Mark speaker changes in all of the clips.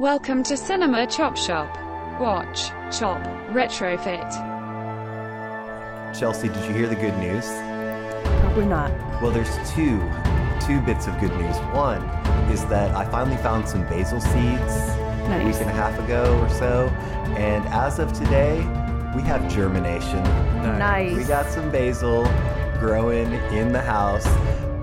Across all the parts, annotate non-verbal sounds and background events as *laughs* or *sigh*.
Speaker 1: Welcome to Cinema Chop Shop. Watch, chop, retrofit.
Speaker 2: Chelsea, did you hear the good news?
Speaker 3: Probably not.
Speaker 2: Well, there's two, two bits of good news. One is that I finally found some basil seeds a week
Speaker 3: Nice.
Speaker 2: and a half ago or so, and as of today, we have germination.
Speaker 3: Nice.
Speaker 2: We got some basil growing in the house.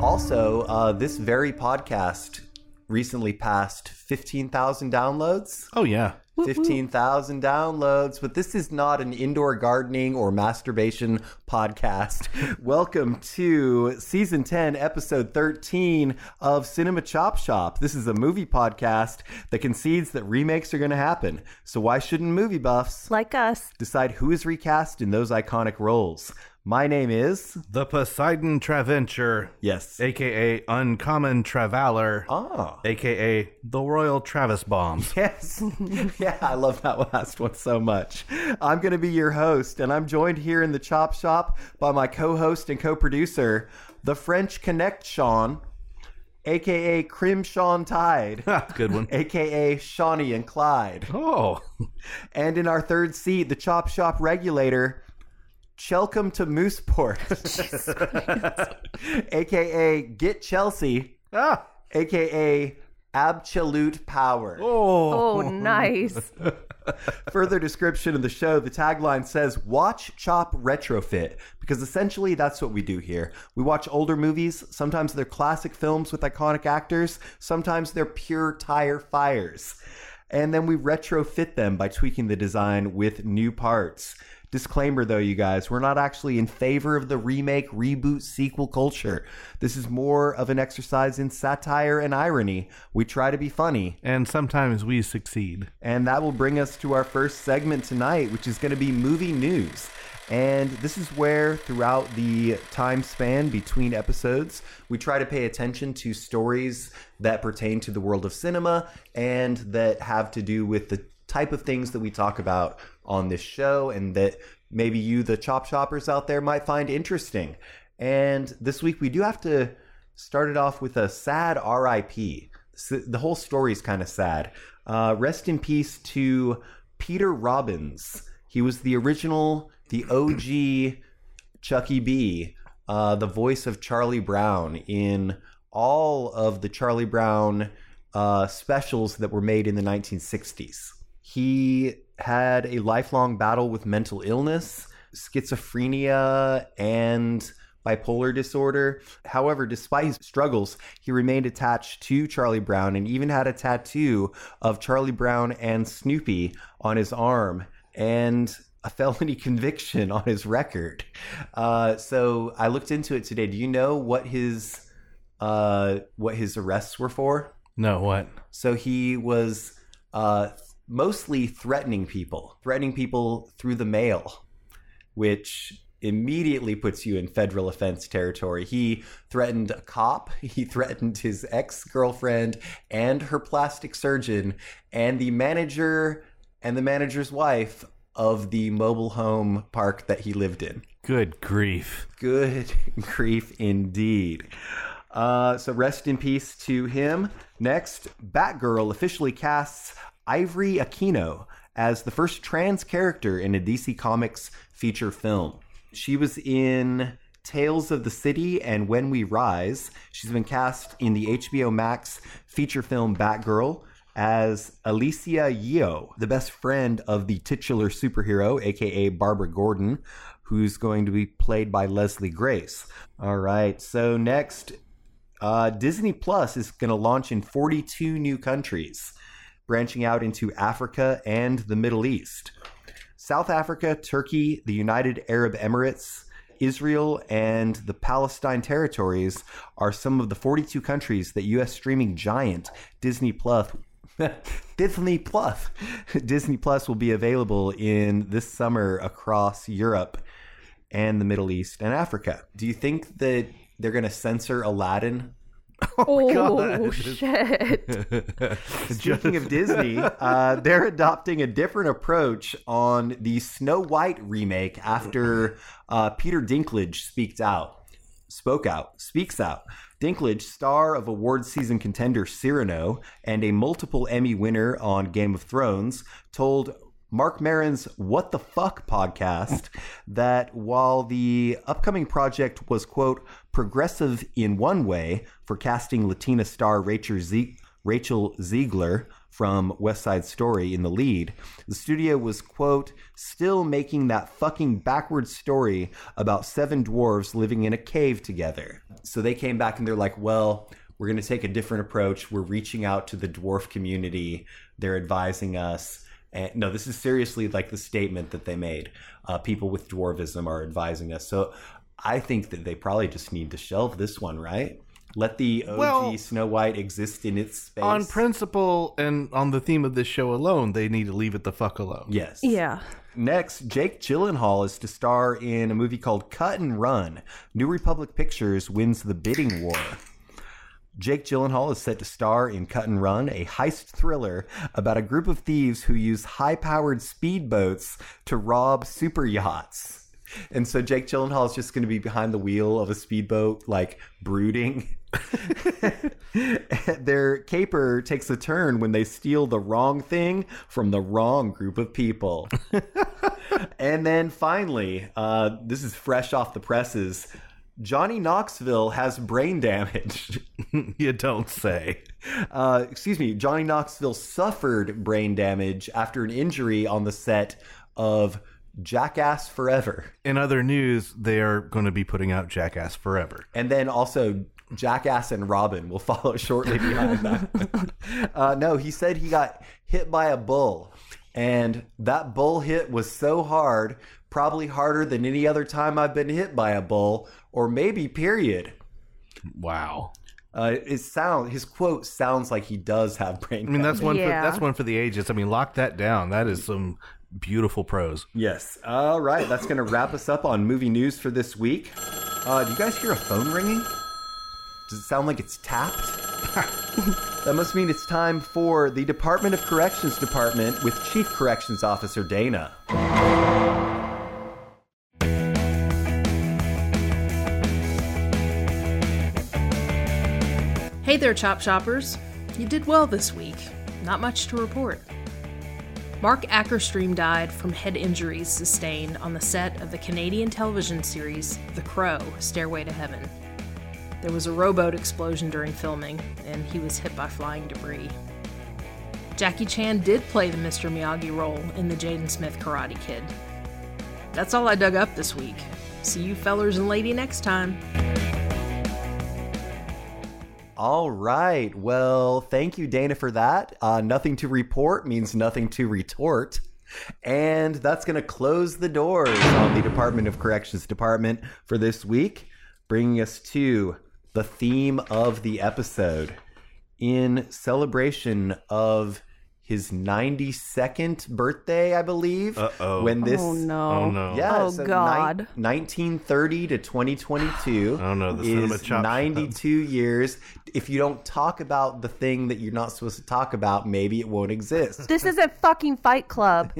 Speaker 2: Also, uh, this very podcast recently passed 15,000 downloads.
Speaker 4: Oh yeah.
Speaker 2: 15,000 downloads, but this is not an indoor gardening or masturbation podcast. *laughs* Welcome to season 10, episode 13 of Cinema Chop Shop. This is a movie podcast that concedes that remakes are going to happen. So why shouldn't movie buffs
Speaker 3: Like us.
Speaker 2: decide who is recast in those iconic roles? My name is.
Speaker 4: The Poseidon Traventure,
Speaker 2: Yes.
Speaker 4: aka Uncommon Traveler,
Speaker 2: Ah.
Speaker 4: aka the Royal Travis Bombs. *laughs*
Speaker 2: Yes. *laughs* yeah, I love that last one so much. I'm going to be your host, and I'm joined here in the Chop Shop by my co host and co producer, the French Connect Sean, aka Crim Sean Tide, *laughs*
Speaker 4: Good one.
Speaker 2: aka Shawnee and Clyde.
Speaker 4: Oh, *laughs*
Speaker 2: And in our third seat, the Chop Shop regulator, Chelcom to Mooseport, *laughs* aka Get Chelsea,
Speaker 4: ah,
Speaker 2: aka Absolute Power.
Speaker 4: oh,
Speaker 3: Oh, nice.
Speaker 2: Further description of the show, the tagline says watch, chop, retrofit, because essentially that's what we do here. We watch older movies. Sometimes they're classic films with iconic actors, sometimes they're pure tire fires. And then we retrofit them by tweaking the design with new parts. Disclaimer though, you guys, we're not actually in favor of the remake, reboot, sequel culture. This is more of an exercise in satire and irony. We try to be funny.
Speaker 4: and sometimes we succeed.
Speaker 2: And that will bring us to our first segment tonight, which is going to be movie news. And this is where, throughout the time span between episodes, we try to pay attention to stories that pertain to the world of cinema and that have to do with the type of things that we talk about on this show and that maybe you, the chop shoppers out there, might find interesting. And this week, we do have to start it off with a sad RIP. S- The whole story is kind of sad. Uh, rest in peace to Peter Robbins. He was the original, the OG Chucky B, uh, the voice of Charlie Brown in all of the Charlie Brown uh, specials that were made in the 1960s. He had a lifelong battle with mental illness, schizophrenia, and bipolar disorder. However, despite his struggles, he remained attached to Charlie Brown and even had a tattoo of Charlie Brown and Snoopy on his arm. And a *laughs* felony conviction on his record. Uh, so I looked into it today. Do you know what his uh, what his arrests were for?
Speaker 4: No, what?
Speaker 2: So he was uh, mostly threatening people, threatening people through the mail, which immediately puts you in federal offense territory. He threatened a cop, *laughs* he threatened his ex girlfriend and her plastic surgeon, and the manager and the manager's wife of the mobile home park that he lived in.
Speaker 4: Good grief.
Speaker 2: Good *laughs* grief indeed. Uh, so rest in peace to him. Next, Batgirl officially casts Ivory Aquino as the first trans character in a DC Comics feature film. She was in Tales of the City and When We Rise. She's been cast in the HBO Max feature film Batgirl as Alicia Yeo, the best friend of the titular superhero, aka Barbara Gordon, who's going to be played by Leslie Grace. All right, so next, uh, Disney Plus is going to launch in 42 new countries, branching out into Africa and the Middle East. South Africa, Turkey, the United Arab Emirates, Israel, and the Palestine territories are some of the 42 countries that U.S. streaming giant Disney Plus. *laughs* Disney Plus, *laughs* Disney Plus will be available in this summer across Europe and the Middle East and Africa. Do you think that they're going to censor Aladdin?
Speaker 3: Oh,
Speaker 5: *laughs*
Speaker 4: God.
Speaker 3: shit.
Speaker 2: *laughs* Speaking of Disney, uh, they're adopting a different approach on the Snow White remake after uh, Peter Dinklage speaks out, spoke out, speaks out, Dinklage, star of award season contender Cyrano and a multiple Emmy winner on Game of Thrones, told Mark Marin's What the Fuck podcast that while the upcoming project was, quote, progressive in one way for casting Latina star Rachel, Ze- Rachel Ziegler from West Side Story in the lead, the studio was, quote, still making that fucking backwards story about seven dwarves living in a cave together. So they came back and they're like, well, we're going to take a different approach. We're reaching out to the dwarf community, they're advising us. And, no, this is seriously like the statement that they made. Uh, people with dwarvism are advising us. So I think that they probably just need to shelve this one, right? Let the OG
Speaker 4: Well-
Speaker 2: Snow White exist in its space.
Speaker 4: On principle and on the theme of this show alone, they need to leave it the fuck alone.
Speaker 2: Yes.
Speaker 3: Yeah.
Speaker 2: Next, Jake Gyllenhaal is to star in a movie called Cut and Run. New Republic Pictures wins the bidding war. Jake Gyllenhaal is set to star in Cut and Run, a heist thriller about a group of thieves who use high powered speedboats to rob super yachts. And so Jake Gyllenhaal is just going to be behind the wheel of a speedboat, like brooding. *laughs* Their caper takes a turn when they steal the wrong thing from the wrong group of people. And then finally, uh, this is fresh off the presses. Johnny Knoxville has brain damage. *laughs*
Speaker 4: you don't say.
Speaker 2: Uh, excuse me, Johnny Knoxville suffered brain damage after an injury on the set of Jackass Forever.
Speaker 4: In other news, they are going to be putting out Jackass Forever.
Speaker 2: And then also Jackass and Robin will *laughs* follow shortly behind that. uh, no, he said he got hit by a bull, and that bull hit was so hard, probably harder than any other time I've been hit by a bull, or maybe period.
Speaker 4: Wow.
Speaker 2: Uh, it sound his quote sounds like he does have brain.
Speaker 4: I mean, that's one.
Speaker 3: Yeah.
Speaker 4: For, that's one for the ages. I mean, lock that down. That is some beautiful prose.
Speaker 2: *laughs* Yes. All right. That's going to wrap us up on movie news for this week. Uh, do you guys hear a phone ringing? Does it sound like it's
Speaker 4: *laughs*
Speaker 2: tapped? that must mean it's time for the Department of Corrections Department with Chief Corrections Officer Dana.
Speaker 6: Hey there, Chop Shoppers. You did well this week. Not much to report. Mark Ackerstream died from head injuries sustained on the set of the Canadian television series The Crow Stairway to Heaven. There was a rowboat explosion during filming, and he was hit by flying debris. Jackie Chan did play the Mr. Miyagi role in the Jaden Smith Karate Kid. That's all I dug up this week. See you fellers and lady next time.
Speaker 2: All right. Well, thank you, Dana, for that. Uh, nothing to report means nothing to retort. And that's going to close the doors on the Department of Corrections Department for this week, bringing us to the theme of the episode. In celebration of his 92nd birthday, I believe,
Speaker 4: Uh-oh.
Speaker 2: when this
Speaker 3: oh no.
Speaker 4: Oh no.
Speaker 2: yeah,
Speaker 3: Oh,
Speaker 2: so ni-
Speaker 3: God.
Speaker 2: 1930 to 2022.
Speaker 4: Oh, no, the cinema
Speaker 2: is
Speaker 4: chop shop.
Speaker 2: 92 years. If you don't talk about the thing that you're not supposed to talk about, maybe it won't
Speaker 4: *laughs*
Speaker 2: exist.
Speaker 3: This isn't fucking Fight Club.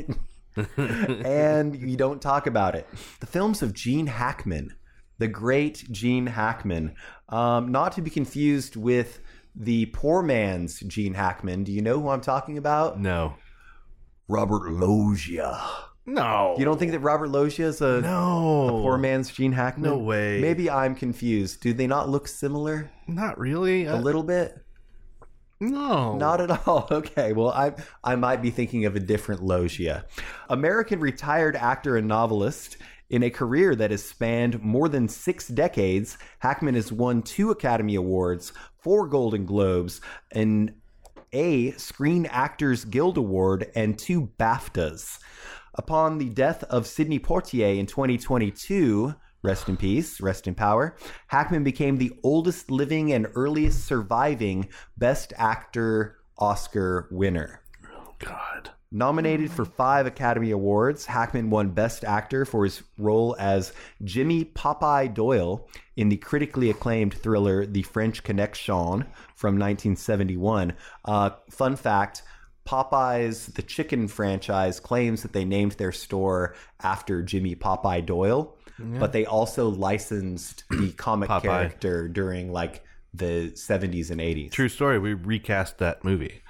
Speaker 2: and you don't talk about it. The films of Gene Hackman, the great Gene Hackman, um, not to be confused with the poor man's Gene Hackman. Do you know who I'm talking about?
Speaker 4: No.
Speaker 2: Robert Loggia.
Speaker 4: No.
Speaker 2: You don't think that Robert Loggia is a
Speaker 4: No.
Speaker 2: Poor man's Gene Hackman.
Speaker 4: Oh. No way.
Speaker 2: Maybe I'm confused. Do they not look similar
Speaker 4: Not really.
Speaker 2: a
Speaker 4: Uh,
Speaker 2: little bit?
Speaker 4: no.
Speaker 2: Not at all. *laughs* Okay. Well, I I might be thinking of a different Loggia. American retired actor and novelist. In a career that has spanned more than six decades, Hackman has won two Academy Awards, four Golden Globes, and a Screen Actors Guild Award and two BAFTAs. Upon the death of Sidney Poitier in 2022, rest in peace, rest in power, Hackman became the oldest living and earliest surviving Best Actor Oscar winner.
Speaker 4: Oh, God.
Speaker 2: Nominated for five Academy Awards, Hackman won Best Actor for his role as Jimmy Popeye Doyle in the critically acclaimed thriller The French Connection from 1971. Uh, fun fact Popeye's The Chicken franchise claims that they named their store after Jimmy Popeye Doyle, but they also licensed the comic
Speaker 4: Popeye.
Speaker 2: character during like the 70s and 80s.
Speaker 4: True story. We recast that movie.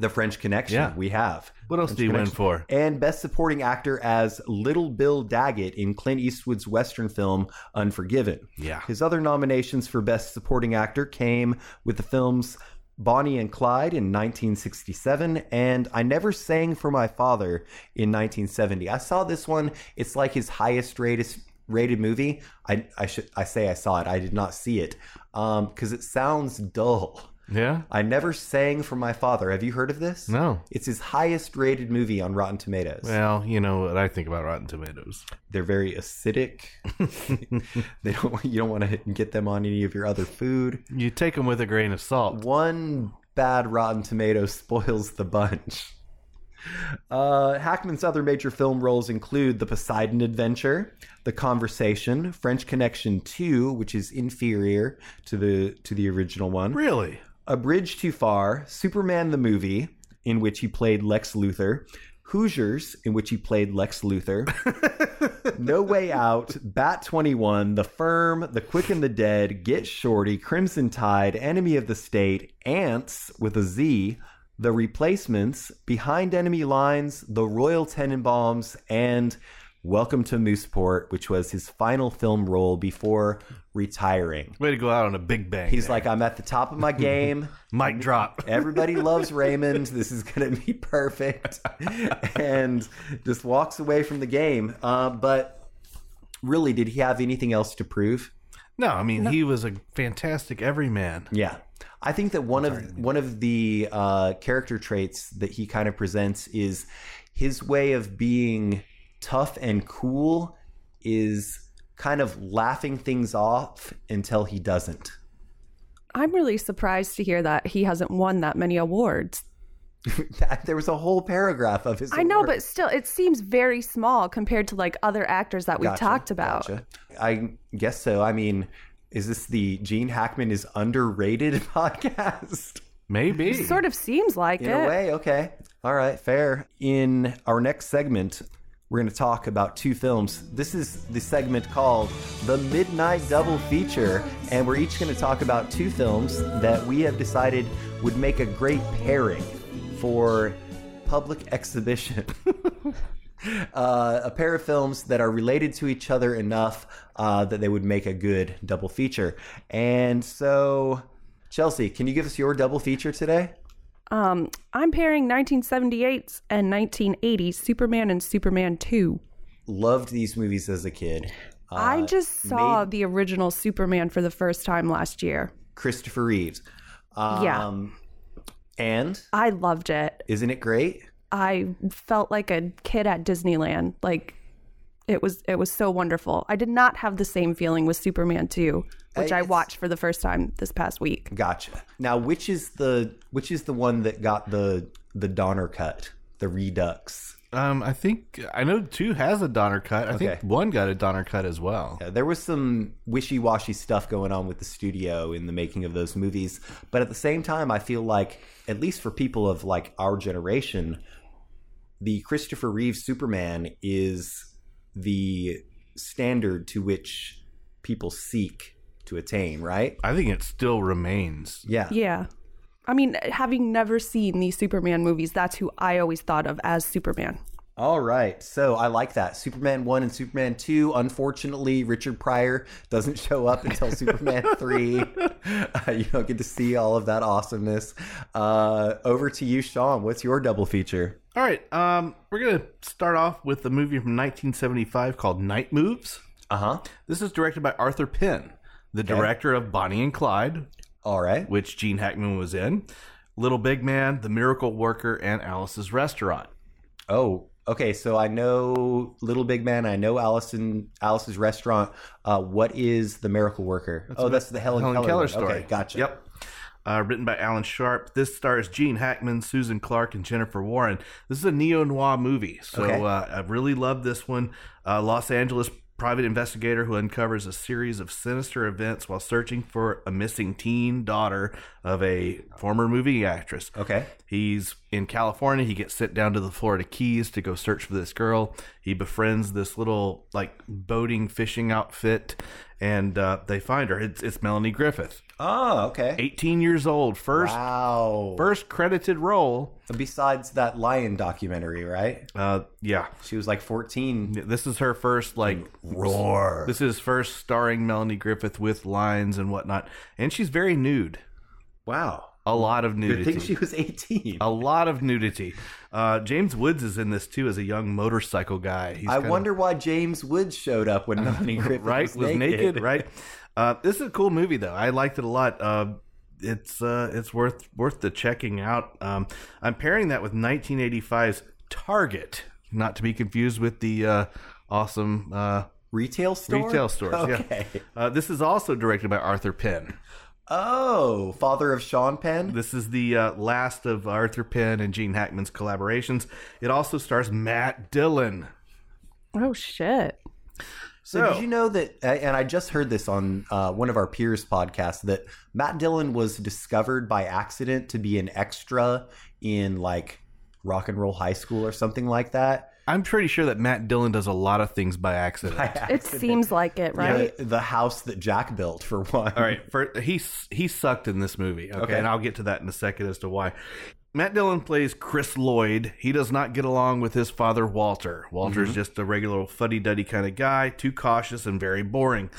Speaker 2: The French Connection.
Speaker 4: Yeah.
Speaker 2: We have.
Speaker 4: What else
Speaker 2: French
Speaker 4: do you win
Speaker 2: Connection.
Speaker 4: for?
Speaker 2: And Best Supporting Actor as Little Bill Daggett in Clint Eastwood's Western film Unforgiven.
Speaker 4: Yeah.
Speaker 2: His other nominations for Best Supporting Actor came with the films Bonnie and Clyde in 1967 and I Never Sang for My Father in 1970. I saw this one. It's like his highest rated rated movie. I I should I say I saw it. I did not see it um cuz it sounds dull.
Speaker 4: Yeah.
Speaker 2: I Never Sang for My Father. Have you heard of this?
Speaker 4: No.
Speaker 2: It's his highest rated movie on Rotten Tomatoes.
Speaker 4: Well, you know what I think about Rotten Tomatoes.
Speaker 2: They're very acidic. they don't want- you don't want to get them on any of your other food.
Speaker 4: You take them with a grain of salt.
Speaker 2: One bad Rotten Tomato spoils the bunch. Uh, Hackman's other major film roles include The Poseidon Adventure, The Conversation, French Connection 2, which is inferior to the to the original one.
Speaker 4: Really?
Speaker 2: A Bridge Too Far, Superman the Movie, in which he played Lex Luthor, Hoosiers, in which he played Lex Luthor, No Way Out, Bat 21, The Firm, The Quick and the Dead, Get Shorty, Crimson Tide, Enemy of the State, Ants with a Z, The Replacements, Behind Enemy Lines, The Royal Tenenbaums, and Welcome to Mooseport, which was his final film role before retiring.
Speaker 4: Way to go out on a big bang.
Speaker 2: He's
Speaker 4: there.
Speaker 2: like, I'm at the top of my game.
Speaker 4: mic drop.
Speaker 2: *laughs* Everybody loves Raymond. This is going to be perfect. and just walks away from the game. Uh, but really, did he have anything else to prove?
Speaker 4: No, I mean he was a fantastic everyman.
Speaker 2: Yeah. I think that one of one of the uh, character traits that he kind of presents is his way of being tough and cool is kind of laughing things off until he doesn't. *laughs*
Speaker 5: I'm really surprised to hear that he hasn't won that many awards.
Speaker 2: there was a whole paragraph of his.
Speaker 5: I know,
Speaker 2: award.
Speaker 5: but still, it seems very small compared to like other actors that we've
Speaker 2: Gotcha,
Speaker 5: talked about.
Speaker 2: gotcha. I guess so. I mean, is this the Gene Hackman is underrated *laughs* podcast?
Speaker 4: Maybe.
Speaker 5: Sort of seems like
Speaker 2: In
Speaker 5: it.
Speaker 2: a way, okay. All right, fair. In our next segment, we're going to talk about two films. This is the segment called The Midnight Double Feature, and we're each going to talk about two films that we have decided would make a great pairing for public *laughs* exhibition. uh, a pair of films that are related to each other enough uh, that they would make a good double feature. And so, Chelsea, can you give us your double feature today?
Speaker 5: Um, I'm pairing 1978 and 1980 Superman and Superman 2.
Speaker 2: loved these movies as a kid. Uh,
Speaker 5: I just saw
Speaker 2: made-
Speaker 5: the original Superman for the first time last year.
Speaker 2: Christopher Reeves. Um,
Speaker 5: Yeah.
Speaker 2: And
Speaker 5: I loved it.
Speaker 2: isn't it great?
Speaker 5: I felt like a kid at Disneyland. Like it was it was so wonderful. I did not have the same feeling with Superman 2, which
Speaker 2: Uh,
Speaker 5: I
Speaker 2: it's-
Speaker 5: watched for the first time this past week.
Speaker 2: Gotcha. Now, which is the which is the one that got the the Donner cut, the Redux?
Speaker 4: Um, I think I know two has a Donner cut. I think
Speaker 2: Okay.
Speaker 4: one got a Donner cut as well.
Speaker 2: Uh, There was some wishy washy stuff going on with the studio in the making of those movies, but at the same time, I feel like at least for people of like our generation, the Christopher Reeve Superman is the standard to which people seek to attain, right?
Speaker 4: I think it still remains.
Speaker 2: Yeah.
Speaker 5: Yeah. I mean, having never seen these Superman movies, that's who I always thought of as Superman.
Speaker 2: All right. So I like that. Superman 1 and Superman 2. Unfortunately, Richard Pryor doesn't show up until
Speaker 4: *laughs*
Speaker 2: Superman 3. Uh, you don't get to see all of that awesomeness. Uh, over to you, Sean. What's your double feature?
Speaker 4: All right. Um, we're gonna start off with a movie from 1975 called Night Moves.
Speaker 2: Uh huh.
Speaker 4: This is directed by Arthur Penn, the director of Bonnie and Clyde,
Speaker 2: All right.
Speaker 4: which Gene Hackman was in, Little Big Man, The Miracle Worker, and Alice's Restaurant.
Speaker 2: Oh, okay. So I know Little Big Man. I know Allison, Alice's Restaurant. Uh, what is The Miracle Worker? oh, that's the Helen,
Speaker 4: Helen Keller,
Speaker 2: Keller, one.
Speaker 4: story.
Speaker 2: Okay, gotcha.
Speaker 4: Yep. Uh, written by Alan Sharp. This stars Gene Hackman, Susan Clark, and Jennifer Warren. This is a neo noir movie. So
Speaker 2: Okay.
Speaker 4: uh, I really love this one. Uh, Los Angeles private investigator who uncovers a series of sinister events while searching for a missing teen daughter of a former movie actress.
Speaker 2: Okay.
Speaker 4: He's in California. He gets sent down to the Florida Keys to go search for this girl. He befriends this little like boating fishing outfit, and uh, they find her. It's, it's Melanie Griffith,
Speaker 2: Oh, okay.
Speaker 4: 18 years old, first
Speaker 2: Wow.
Speaker 4: first credited role.
Speaker 2: Besides that lion documentary, right?
Speaker 4: Uh, yeah,
Speaker 2: She was like 14.
Speaker 4: this is her first like
Speaker 2: Roar.
Speaker 4: This is first starring Melanie Griffith with lines and whatnot, and she's very nude.
Speaker 2: Wow.
Speaker 4: A lot of
Speaker 2: I
Speaker 4: nudity.
Speaker 2: think she was 18.
Speaker 4: a lot of nudity. Uh, James Woods is in this too as a young motorcycle guy. He's
Speaker 2: I
Speaker 4: kinda-
Speaker 2: wonder why James Woods showed up when
Speaker 4: *laughs*
Speaker 2: Melanie *laughs* Griffith
Speaker 4: right?
Speaker 2: was, naked.
Speaker 4: right? Uh, this is a cool movie though. I liked it a lot. Uh, it's uh, it's worth worth the checking out. Um, I'm pairing that with 1985's Target, not to be confused with the uh, awesome uh,
Speaker 2: Retail store?
Speaker 4: retail stores.
Speaker 2: Okay.
Speaker 4: Yeah, uh, this is also directed by Arthur Penn.
Speaker 2: Oh, father of Sean Penn?
Speaker 4: This is the uh, last of Arthur Penn and Gene Hackman's collaborations. It also stars Matt Dillon.
Speaker 5: Oh shit.
Speaker 2: So
Speaker 4: So-
Speaker 2: did you know that? a- And I just heard this on uh, one of our peers' podcasts that Matt Dillon was discovered by accident to be an extra in like rock and roll high school or something like that.
Speaker 4: I'm pretty sure that Matt Dillon does a lot of things by accident.
Speaker 5: It seems like it, right?
Speaker 2: The- The house that Jack built for one.
Speaker 4: All right, for, he he sucked in this movie. Okay,
Speaker 2: Okay.
Speaker 4: and I'll get to that in a second as to why. Matt Dillon plays Chris Lloyd. He does not get along with his father Walter. Walter is just a regular old fuddy-duddy kind of guy, too cautious and very boring.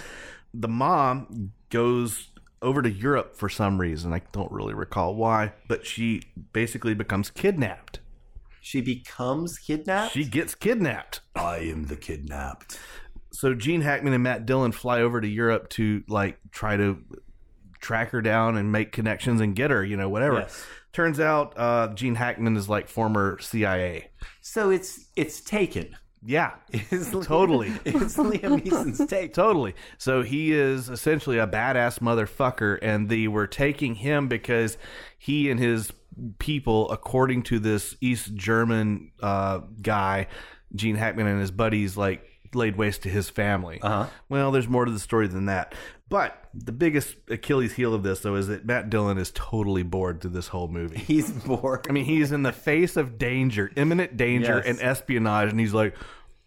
Speaker 4: The mom goes over to Europe for some reason. I don't really recall why, but she basically becomes kidnapped.
Speaker 2: She becomes kidnapped.
Speaker 4: She gets kidnapped.
Speaker 2: I am the kidnapped.
Speaker 4: so Gene Hackman and Matt Dillon fly over to Europe to like try to track her down and make connections and get her, you know, whatever.
Speaker 2: Yes.
Speaker 4: Turns out uh, Gene Hackman is like former CIA.
Speaker 2: So it's it's taken.
Speaker 4: *laughs*
Speaker 2: *laughs*
Speaker 4: Yeah,
Speaker 2: It's Liam- *laughs*
Speaker 4: Totally.
Speaker 2: It's Liam Neeson's take.
Speaker 4: totally. So he is essentially a badass motherfucker, and they were taking him because he and his people, according to this East German uh, guy, Gene Hackman and his buddies, like laid waste to his family. Uh-huh. Well, there's more to the story than that. But the biggest Achilles heel of this, though, is that Matt Dillon is totally bored through this whole movie.
Speaker 2: He's bored.
Speaker 4: I mean, he's in the face of danger, imminent danger,
Speaker 2: Yes.
Speaker 4: and espionage, and he's like,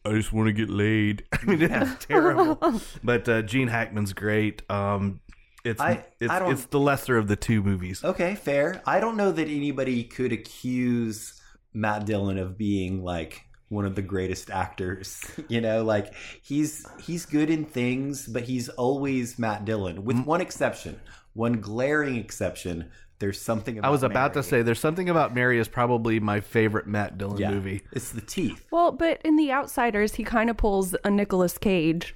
Speaker 4: "I just want to get laid." *laughs* I mean,
Speaker 2: *laughs*
Speaker 4: it's terrible. But uh, Gene Hackman's great. Um, it's
Speaker 2: I-
Speaker 4: it's,
Speaker 2: I don't-
Speaker 4: it's the lesser of the two movies.
Speaker 2: Okay, fair. I don't know that anybody could accuse Matt Dillon of being like one of the greatest actors. *laughs* You know, like he's he's good in things, but he's always Matt Dillon, with one exception, one glaring exception. There's something. About
Speaker 4: I was about
Speaker 2: Mary.
Speaker 4: to say, "There's something about Mary" is probably my favorite Matt Dillon
Speaker 2: yeah,
Speaker 4: movie.
Speaker 2: It's the teeth.
Speaker 5: Well, but in The Outsiders, he kind of pulls a Nicolas Cage.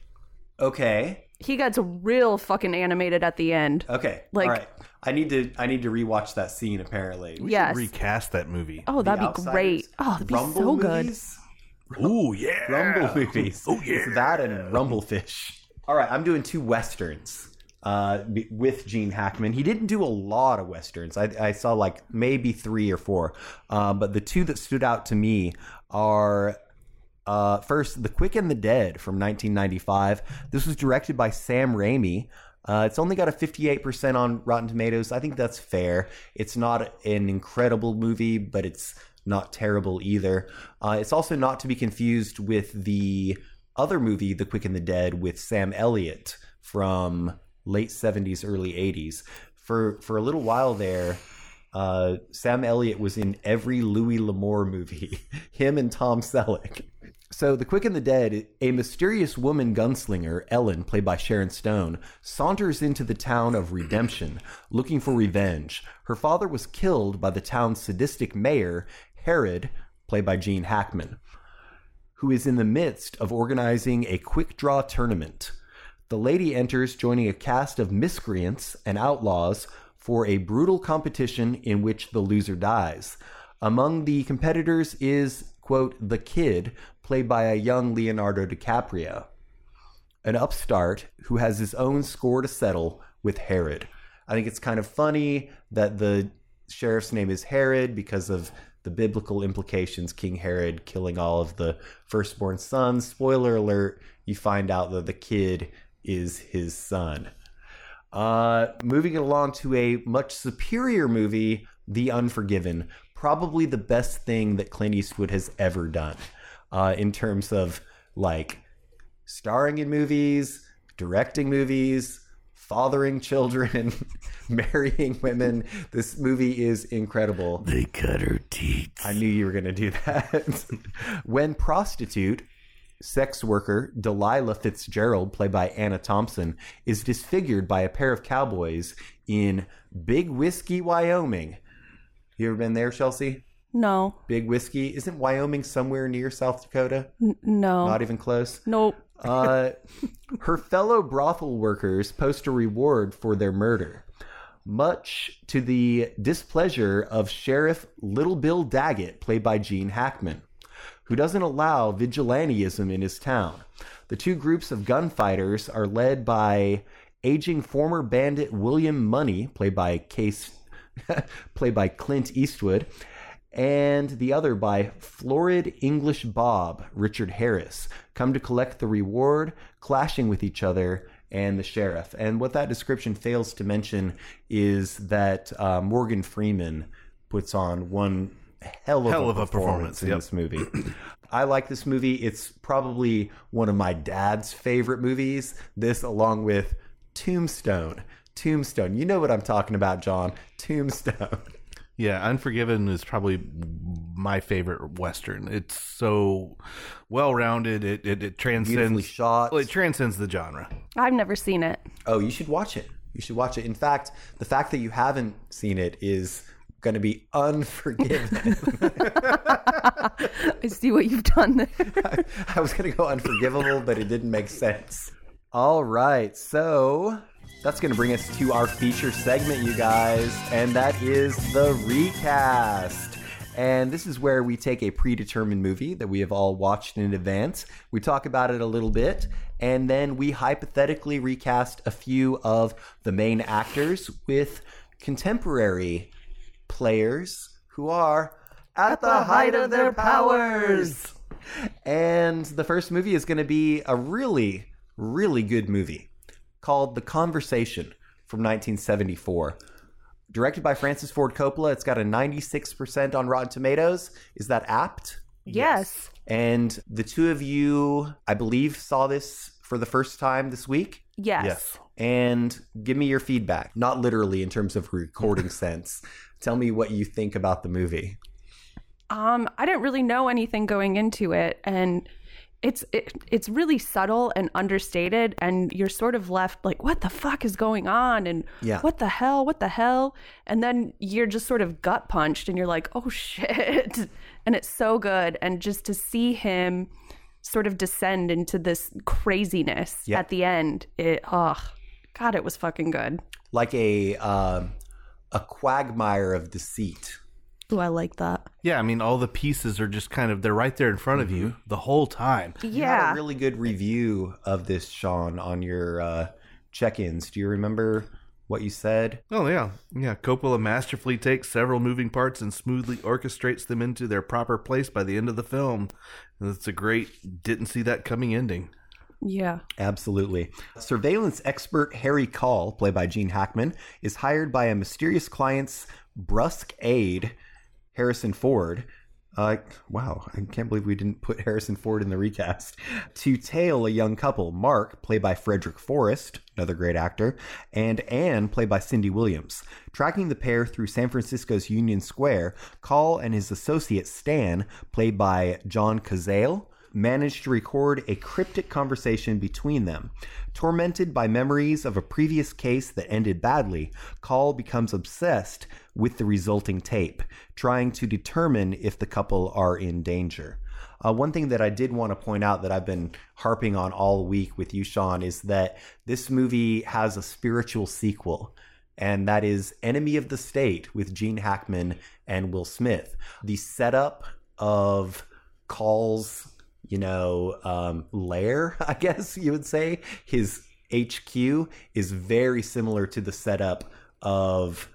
Speaker 2: Okay,
Speaker 5: He gets real fucking animated at the end.
Speaker 2: okay,
Speaker 5: Like-
Speaker 2: all right. I need to I need to rewatch that scene. Apparently,
Speaker 5: yes.
Speaker 4: Recast that movie.
Speaker 5: oh, that'd
Speaker 2: The
Speaker 5: be great.
Speaker 2: Outsiders,
Speaker 5: Oh, that'd be
Speaker 2: Rumble
Speaker 5: so good.
Speaker 2: movies?
Speaker 4: Ooh, yeah,
Speaker 2: Rumble movies. Oh yeah, it's that and Rumblefish. All right, I'm doing two westerns uh, b- with Gene Hackman. He didn't do a lot of westerns. I, I saw like maybe three or four, uh, but the two that stood out to me are. Uh, first, The Quick and the Dead from 1995. This was directed by Sam Raimi. Uh, it's only got a 58% on Rotten Tomatoes. I think that's fair. It's not an incredible movie, but it's not terrible either. Uh, it's also not to be confused with the other movie, The Quick and the Dead, with Sam Elliott from late 70s, early 80s. For for a little while there, uh, Sam Elliott was in every Louis L'Amour movie. *laughs* Him and Tom Selleck. So, The Quick and the Dead, a mysterious woman gunslinger, Ellen, played by Sharon Stone, saunters into the town of Redemption looking for revenge. Her father was killed by the town's sadistic mayor, Herod, played by Gene Hackman, who is in the midst of organizing a quick draw tournament. The lady enters, joining a cast of miscreants and outlaws for a brutal competition in which the loser dies. Among the competitors is, quote, the kid, played by a young Leonardo DiCaprio, an upstart who has his own score to settle with Herod. I think it's kind of funny that the sheriff's name is Herod because of the biblical implications King Herod killing all of the firstborn sons. Spoiler alert, you find out that the kid is his son. Uh, moving it along to a much superior movie, The Unforgiven, probably the best thing that Clint Eastwood has ever done uh, in terms of like starring in movies, directing movies, fathering children, *laughs* marrying women. This movie is incredible.
Speaker 7: They cut her teeth.
Speaker 2: I knew you were going to do that. *laughs* when prostitute, sex worker Delilah Fitzgerald, played by Anna Thompson, is disfigured by a pair of cowboys in Big Whiskey, Wyoming. You ever been there, Chelsea?
Speaker 5: No,
Speaker 2: Big Whiskey? Isn't Wyoming somewhere near South Dakota?
Speaker 5: N- no,
Speaker 2: Not e- even close.
Speaker 5: nope.
Speaker 2: Uh, *laughs* her fellow brothel workers post a reward for their murder, much to the displeasure of Sheriff Little Bill Daggett, played by Gene Hackman, who doesn't allow vigilantism in his town. The two groups of gunfighters are led by aging former bandit William Money, played by Case, *laughs* played by Clint Eastwood, and the other by florid English Bob Richard Harris come to collect the reward, clashing with each other and the sheriff. And what that description fails to mention is that uh, Morgan Freeman puts on one hell of,
Speaker 4: Hell
Speaker 2: a,
Speaker 4: of a
Speaker 2: performance,
Speaker 4: performance,
Speaker 2: in
Speaker 4: yep.
Speaker 2: this movie. I like this movie. It's probably one of my dad's favorite movies. This, along with Tombstone. Tombstone. You know what I'm talking about, John. Tombstone. *laughs*
Speaker 4: Yeah, Unforgiven is probably my favorite western. It's so well rounded. It, it it
Speaker 2: Beautifully
Speaker 4: transcends.
Speaker 2: shot.
Speaker 4: Well, it transcends the genre.
Speaker 5: I've never seen it.
Speaker 2: Oh, you should watch it. You should watch it. In fact, the fact that you haven't seen it is going to be *laughs* unforgiven.
Speaker 5: I see what you've done there.
Speaker 2: *laughs* I was going to go unforgivable, but it didn't make sense. All right. So that's going to bring us to our feature segment, you guys, and that is the recast. And this is where we take a predetermined movie that we have all watched in advance. We talk about it a little bit, and then we hypothetically recast a few of the main actors with contemporary players who are at, the, height of their powers. And the first movie is going to be a really, really good movie called The Conversation from 1974. Directed by Francis Ford Coppola, it's got a 96% on Rotten Tomatoes. Is that apt?
Speaker 3: Yes.
Speaker 2: And the two of you, I believe, saw this for the first time this week
Speaker 5: Yes.
Speaker 2: and give me your feedback. Not literally in terms of recording sense. Tell me what you think about the movie.
Speaker 5: Um, I didn't really know anything going into it, and it's it, it's really subtle and understated, and you're sort of left like, what the fuck is going on, and
Speaker 2: Yeah.
Speaker 5: what the hell, what the hell, and then you're just sort of gut punched, and you're like, oh *laughs* shit, and it's so good, and just to see him sort of descend into this craziness
Speaker 2: Yeah.
Speaker 5: at the end, it oh god, it was fucking good.
Speaker 2: Like a um, a quagmire of deceit.
Speaker 5: Ooh, I like that.
Speaker 4: Yeah, I mean, all the pieces are just kind of they're right there in front of
Speaker 2: Mm-hmm.
Speaker 4: you the whole time.
Speaker 2: You had
Speaker 5: Yeah,
Speaker 2: a really good review of this, Sean, on your uh, check-ins. Do you remember what you said?
Speaker 4: Oh yeah, yeah. Coppola masterfully takes several moving parts and smoothly orchestrates them into their proper place by the end of the film. And it's a great didn't see that coming ending.
Speaker 5: yeah.
Speaker 2: Absolutely. Surveillance expert Harry Call, played by Gene Hackman, is hired by a mysterious client's brusque aide, Harrison Ford. Uh, wow, I can't believe we didn't put *laughs* Harrison Ford in the recast. To tail a young couple, Mark, played by Frederick Forrest, another great actor, and Anne, played by Cindy Williams. Tracking the pair through San Francisco's Union Square, Call and his associate Stan, played by John Cazale, managed to record a cryptic conversation between them. Tormented by memories of a previous case that ended badly, Call becomes obsessed with the resulting tape, trying to determine if the couple are in danger. Uh, one thing that I did want to point out that I've been harping on all week with you, Sean, is that this movie has a spiritual sequel and that is Enemy of the State with Gene Hackman and Will Smith. The setup of Call's, you know, um, lair, *laughs* I guess you would say, his HQ is very similar to the setup of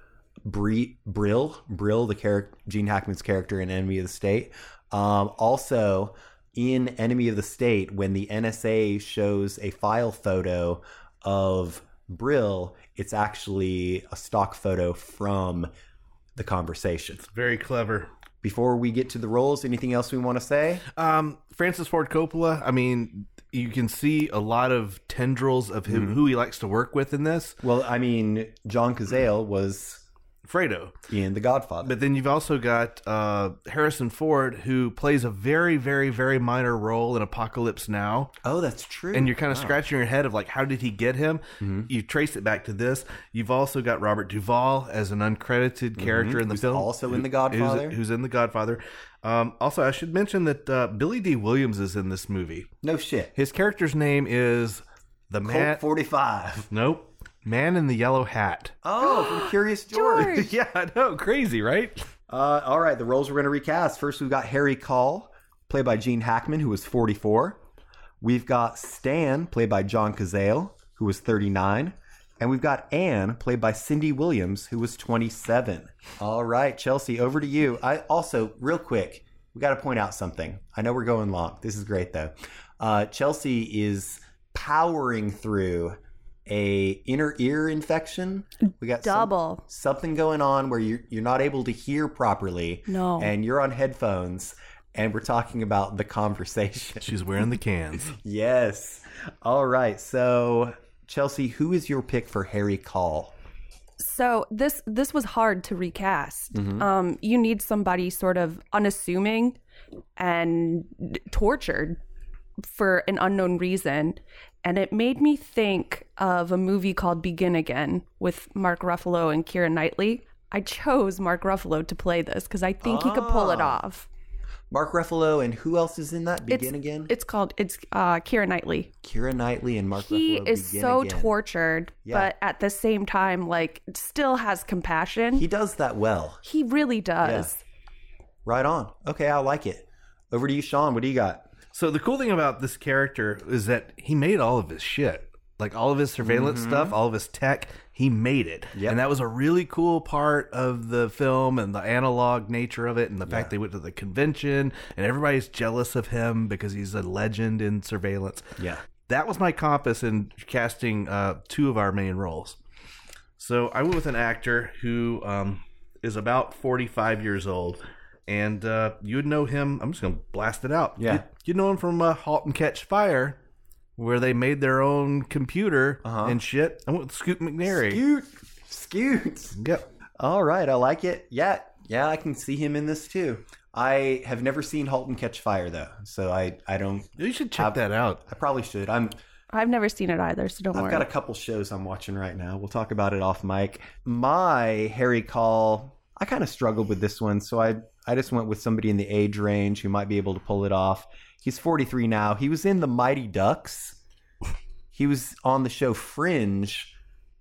Speaker 2: Bree, Brill, Brill, the character, Gene Hackman's character in Enemy of the State. Um, also, in Enemy of the State, when the NSA shows a file photo of Brill, it's actually a stock photo from the conversation.
Speaker 4: Very clever.
Speaker 2: Before we get to the roles, anything else we want to say?
Speaker 4: Um, Francis Ford Coppola. I mean, you can see a lot of tendrils of
Speaker 2: Mm-hmm.
Speaker 4: him who he likes to work with in this.
Speaker 2: Well, I mean, John Cazale was
Speaker 4: Fredo.
Speaker 2: in The Godfather.
Speaker 4: But then you've also got uh, Harrison Ford, who plays a very, very, very minor role in Apocalypse Now.
Speaker 2: oh, Mm-hmm. that's true.
Speaker 4: And you're kind of scratching your head of like, how did he get him? You trace it back to this. You've also got Robert Duvall as an uncredited character in the film,
Speaker 2: Mm-hmm. also in The
Speaker 4: who's-
Speaker 2: Godfather.
Speaker 4: who's, in The Godfather. Um, also, I should mention that uh, Billy D. Williams is in this movie.
Speaker 2: no shit.
Speaker 4: His character's name is the man.
Speaker 2: Colt 45.
Speaker 4: nope, man in the yellow hat.
Speaker 2: Oh, from Curious *laughs* George.
Speaker 4: yeah, I know, Oh, crazy, right?
Speaker 2: Uh, all right, the roles we're going to recast. First, we've got Harry Call, played by Gene Hackman, who was 44. We've got Stan, played by John Cazale, who was 39. And we've got Anne, played by Cindy Williams, who was 27. All right, Chelsea, over to you. I also, real quick, we got to point out something. I know we're going long. This is great, though. Uh, Chelsea is powering through a inner ear infection. We got some-
Speaker 5: Double.
Speaker 2: something going on where you're, you're not able to hear properly.
Speaker 5: No.
Speaker 2: And you're on headphones and we're talking about the
Speaker 5: *laughs*
Speaker 2: conversation.
Speaker 4: She's wearing the cans.
Speaker 2: yes. All right. So, Chelsea, who is your pick for Harry Call?
Speaker 5: So this this was hard to recast.
Speaker 2: Mm-hmm.
Speaker 5: Um, you need somebody sort of unassuming and tortured for an unknown reason, and it made me think of a movie called Begin Again with Mark Ruffalo and Kira Knightley. I chose Mark Ruffalo to play this because I think he could pull it off.
Speaker 2: Mark Ruffalo and who else is in that? Ah. Begin
Speaker 5: it's,
Speaker 2: Again?
Speaker 5: It's called it's uh, Kira Knightley.
Speaker 2: Kira Knightley and Mark
Speaker 5: he
Speaker 2: Ruffalo.
Speaker 5: is
Speaker 2: Begin
Speaker 5: so
Speaker 2: Again.
Speaker 5: tortured, but at the same time, like still has compassion.
Speaker 2: He
Speaker 5: He,
Speaker 2: does that well.
Speaker 5: really does.
Speaker 2: Right on. Okay, I like it. Over to you, Sean. What do you got?
Speaker 4: *laughs* So the cool thing about this character is that he made all of his shit. Like all of his surveillance stuff, all of his tech, he made it.
Speaker 2: Yep.
Speaker 4: And that was a really cool part of the film and the analog nature of it and the fact they went to the convention and everybody's jealous of him because he's a legend in surveillance.
Speaker 2: Yeah.
Speaker 4: That was my compass in casting uh, two of our main roles. So I went with an actor who um, is about 45 years old. And uh, you'd know him. I'm just going to blast it out.
Speaker 2: Yeah.
Speaker 4: You, you'd know him from uh, Halt and Catch Fire, where they made their own computer and shit. I went with Uh-huh. Scoot McNairy.
Speaker 2: Scoot. Scoot.
Speaker 4: Yep.
Speaker 2: All right, I like it. Yeah, yeah, I can see him in this too. I have never seen Halton Catch Fire though, so I I don't.
Speaker 4: You should check that out.
Speaker 2: I probably should. I'm.
Speaker 5: I've never seen it either, so don't
Speaker 2: I've
Speaker 5: worry.
Speaker 2: got a couple shows I'm watching right now. We'll talk about it off mic. My Harry call. I kind of struggled with this one, so I I just went with somebody in the age range who might be able to pull it off. He's 43 now. He was in the Mighty Ducks. He was on the show Fringe,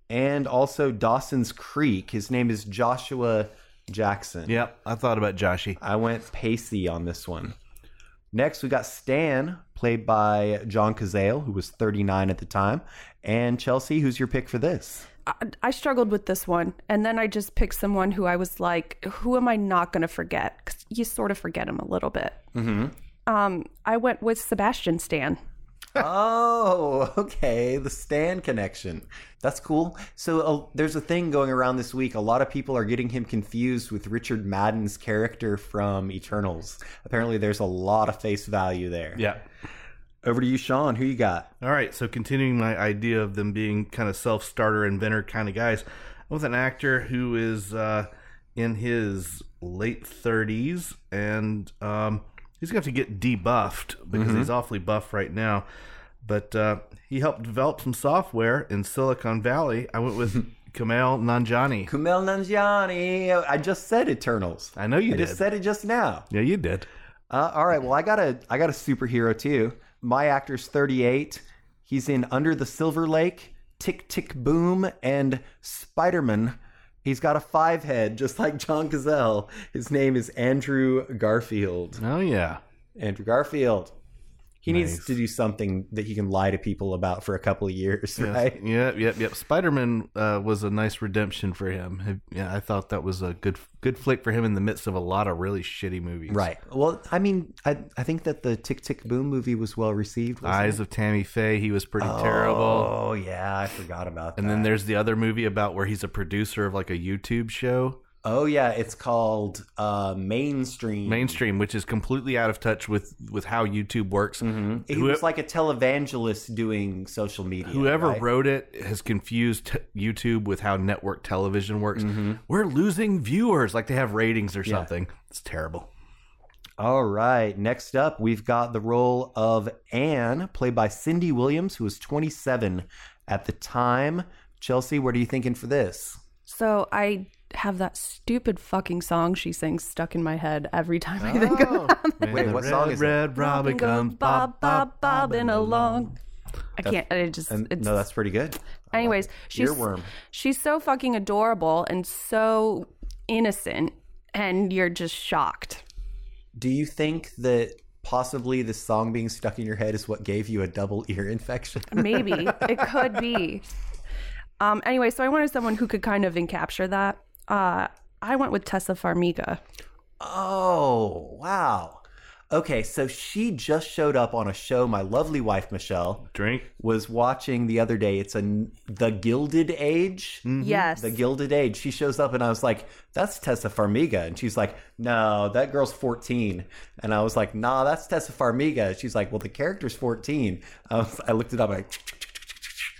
Speaker 2: and also Dawson's Creek. His name is Joshua Jackson.
Speaker 4: Yep. I thought about Joshy.
Speaker 2: I went Pacey on this one. Next, we got Stan, played by John Cazale, who was 39 at the time, and Chelsea, who's your pick for
Speaker 4: *laughs*
Speaker 2: this?
Speaker 5: I, I struggled with this one, and then I just picked someone who I was like, "Who am I not going to forget?" Because you sort of forget him a little bit. Mm-hmm. Um, I went with Sebastian Stan.
Speaker 2: oh, okay, the Stan connection. That's cool. So uh, there's a thing going around this week. A lot of people are getting him confused with Richard Madden's character from Eternals. Apparently, there's a lot of face value there.
Speaker 4: Yeah.
Speaker 2: Over to you, Sean. Who you got?
Speaker 4: All right, so continuing my idea of them being kind of self starter, inventor kind of guys, I'm with an actor who is uh, in his late 30s, and um, he's going to have to get debuffed because he's awfully buff right now. But uh, he helped develop some software in Silicon Valley. I went *laughs* with Kamal Nanjani.
Speaker 2: Kumail Nanjiani. I just said Eternals.
Speaker 4: I know you
Speaker 2: I
Speaker 4: did.
Speaker 2: just said it just now.
Speaker 4: yeah, you did.
Speaker 2: Uh, all right. Well, I got a I got a superhero too. My actor's 38. He's in Under the Silver Lake, Tick Tick Boom, and Spider-Man. He's got a five head, just like John Cazale. His name is Andrew Garfield.
Speaker 4: Oh, yeah.
Speaker 2: Andrew Garfield. He
Speaker 4: Nice.
Speaker 2: needs to do something that he can lie to people about for a couple of years, right?
Speaker 4: *laughs* Yep, yep, yep. Spider Man uh, was a nice redemption for him. Yeah, I thought that was a good good flick for him in the midst of a lot of really shitty movies.
Speaker 2: Right. Well, I mean, I, I think that the Tick Tick Boom movie was well received. wasn't
Speaker 4: Eyes of Tammy Faye, he was pretty terrible.
Speaker 2: Oh yeah, I forgot about that.
Speaker 4: And then there's the other movie about where he's a producer of like a YouTube show.
Speaker 2: Oh yeah, it's called uh, mainstream.
Speaker 4: mainstream, which is completely out of touch with with how YouTube works.
Speaker 2: He
Speaker 4: Whoe-
Speaker 2: was like a televangelist doing social media.
Speaker 4: e-, Whoever
Speaker 2: right?
Speaker 4: wrote it has confused t- YouTube with how network television works.
Speaker 2: Mm-hmm.
Speaker 4: We're losing viewers, like they have ratings or something. It's terrible.
Speaker 2: All right. Next up, we've got the role of Anne, played by Cindy Williams, who was 27 at the time. Chelsea, what are you thinking for this?
Speaker 5: So I have that stupid fucking song she sings stuck in my head every time I think of
Speaker 2: Wait, what song is it?
Speaker 4: Red Robin comes
Speaker 5: Bob, Bob, bobbing along. I can't. I just.
Speaker 2: And-
Speaker 5: It's,
Speaker 2: Um, no, that's pretty good.
Speaker 5: anyways, she's
Speaker 2: Earworm.
Speaker 5: she's so fucking adorable and so innocent, and you're just shocked.
Speaker 2: Do you think that possibly the song being stuck in your head is what gave you a double ear *laughs* infection?
Speaker 5: Maybe it could be. Um. Anyway, so I wanted someone who could kind of encapture that. Uh, I went with Tessa Farmiga.
Speaker 2: Oh, wow. Okay, so she just showed up on a show my lovely wife Michelle
Speaker 4: Drink.
Speaker 2: was watching the other day. It's a The Gilded Age.
Speaker 5: Yes.
Speaker 2: The Gilded Age. She shows up and I was like, "That's Tessa Farmiga." And she's like, "No, that girl's 14." And I was like, "Nah, that's Tessa Farmiga." She's like, "Well, the character's 14." I, was, I looked it up. I'm like, *laughs*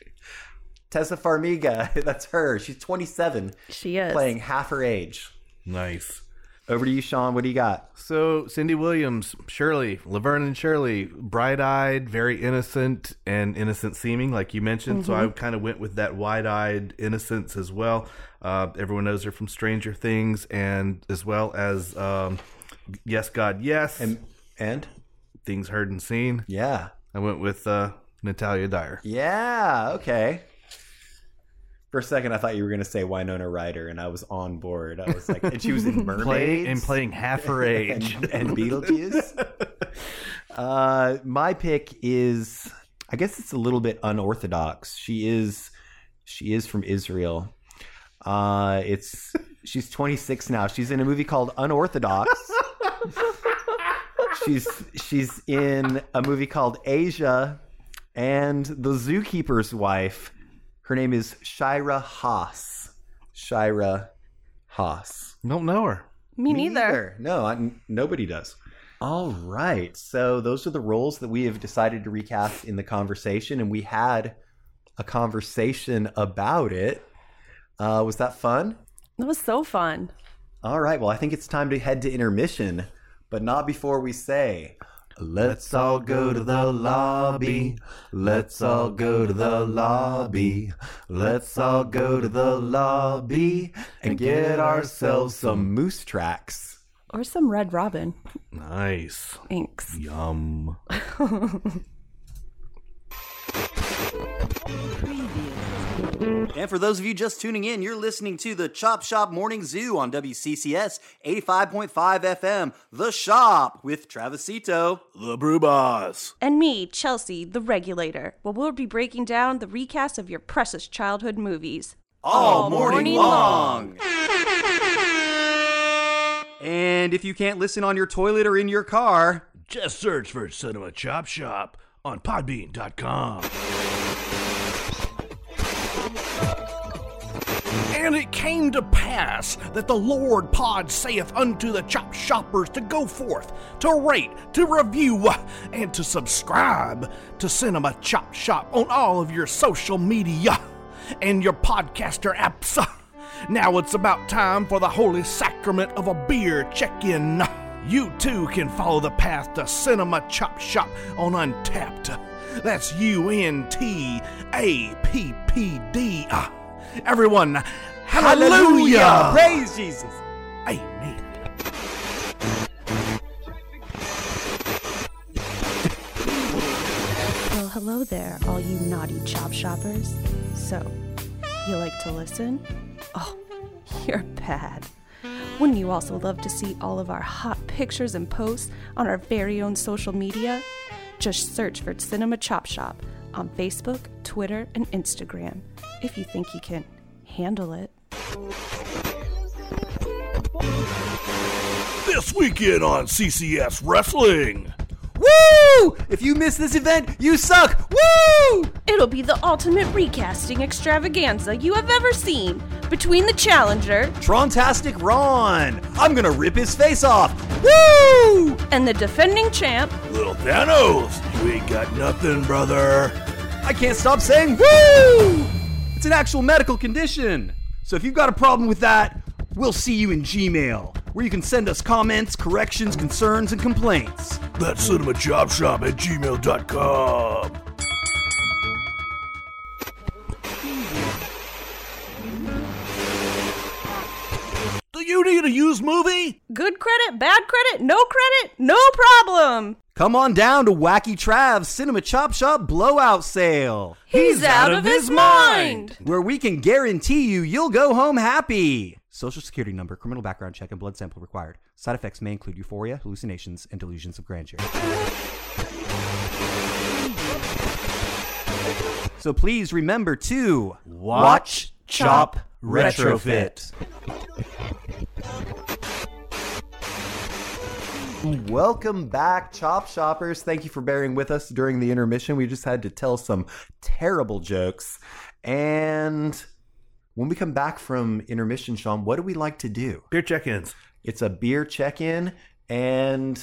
Speaker 2: Tessa Farmiga. *laughs* That's her. She's 27,
Speaker 5: she is.
Speaker 2: playing half her age.
Speaker 4: Nice.
Speaker 2: Over to you, Sean. What do you got?
Speaker 4: So Cindy Williams, Shirley, Laverne and Shirley, bright-eyed, very innocent and innocent seeming, like you mentioned. So I
Speaker 2: Mm-hmm.
Speaker 4: kind of went with that wide-eyed innocence as well. Uh, everyone knows her from Stranger Things, and as well as um, Yes God Yes, and
Speaker 2: And
Speaker 4: Things Heard and Seen.
Speaker 2: yeah,
Speaker 4: I went with uh, Natalia Dyer.
Speaker 2: yeah, okay. For a second, I thought you were going to say Winona Ryder, and I was on board. I was like, and she was in Mermaids.
Speaker 4: *laughs* Play and playing half her *laughs* age.
Speaker 2: and, and Beetlejuice. uh, my pick is, I guess it's a little bit unorthodox. She is, she is from Israel. Uh, it's she's 26 now. She's in a movie called Unorthodox. she's she's in a movie called Asia, and the zookeeper's wife. Her name is Shira Haas. Shira Haas.
Speaker 4: Don't know her.
Speaker 5: Me, neither.
Speaker 2: No, I, nobody does. All right. So those are the roles that we have decided to recast in the conversation, and we had a conversation about it. Uh, was that fun?
Speaker 5: That was so fun.
Speaker 2: All right. Well, I think it's time to head to intermission, but not before we say, Let's all go to the lobby. Let's all go to the lobby. Let's all go to the lobby and get ourselves some moose tracks.
Speaker 5: Or some Red Robin.
Speaker 4: Nice.
Speaker 5: Thanks.
Speaker 4: Yum.
Speaker 7: And for those of you just tuning in, you're listening to the Chop Shop Morning Zoo on WCCS 85.5 FM, The Shop with Travisito, the Brew Boss.
Speaker 8: And me, Chelsea, the regulator. Well, we'll be breaking down the recast of your precious childhood movies.
Speaker 7: all morning,
Speaker 8: morning
Speaker 7: long. And if you can't listen on your toilet or in your car,
Speaker 9: Just search for Cinema Chop Shop on Podbean.com. And it came to pass that the Lord Pod saith unto the chop shoppers to go forth, to rate, to review, and to subscribe to Cinema Chop Shop on all of your social media and your podcaster apps. *laughs* Now it's about time for the holy sacrament of a beer check in. You too can follow the path to Cinema Chop Shop on Untapped. That's U N T A P P D. Everyone, hallelujah!
Speaker 7: praise Jesus.
Speaker 9: Amen.
Speaker 8: Well, hello there, all you naughty chop shoppers. So, you like to listen? Oh, *laughs* you're bad. Wouldn't you also love to see all of our hot pictures and posts on our very own social media? Just search for Cinema Chop Shop on Facebook, Twitter, and Instagram if you think you can handle it.
Speaker 9: This weekend on CCS Wrestling.
Speaker 7: Woo! If you miss this event, you suck. Woo!
Speaker 8: It'll be the ultimate recasting extravaganza you have ever seen. between the challenger
Speaker 7: Trontastic Ron! I'm gonna rip his face off! Woo!
Speaker 8: and the defending champ,
Speaker 9: Little Thanos, you ain't got nothing, brother.
Speaker 7: I can't stop saying woo! It's an actual medical condition. So if you've got a problem with that, we'll see you in Gmail, where you can send us comments, corrections, concerns, and complaints.
Speaker 9: That's cinema chop shop at gmail.com. Do you need a used movie?
Speaker 8: good credit, bad credit, no credit, no problem.
Speaker 7: Come on down to Wacky Trav's Cinema Chop Shop Blowout Sale,
Speaker 8: He's out of his mind.
Speaker 7: where we can guarantee you you'll go home happy. Social security number, criminal background check, and blood sample required. Side effects may include euphoria, hallucinations, and delusions of grandeur. So please remember to watch, chop, retrofit.
Speaker 2: Welcome back, Chop Shoppers. Thank you for bearing with us during the intermission. We just had to tell some terrible jokes. And when we come back from intermission, Sean, what do we like to do?
Speaker 4: Beer check-ins.
Speaker 2: It's a beer check in. And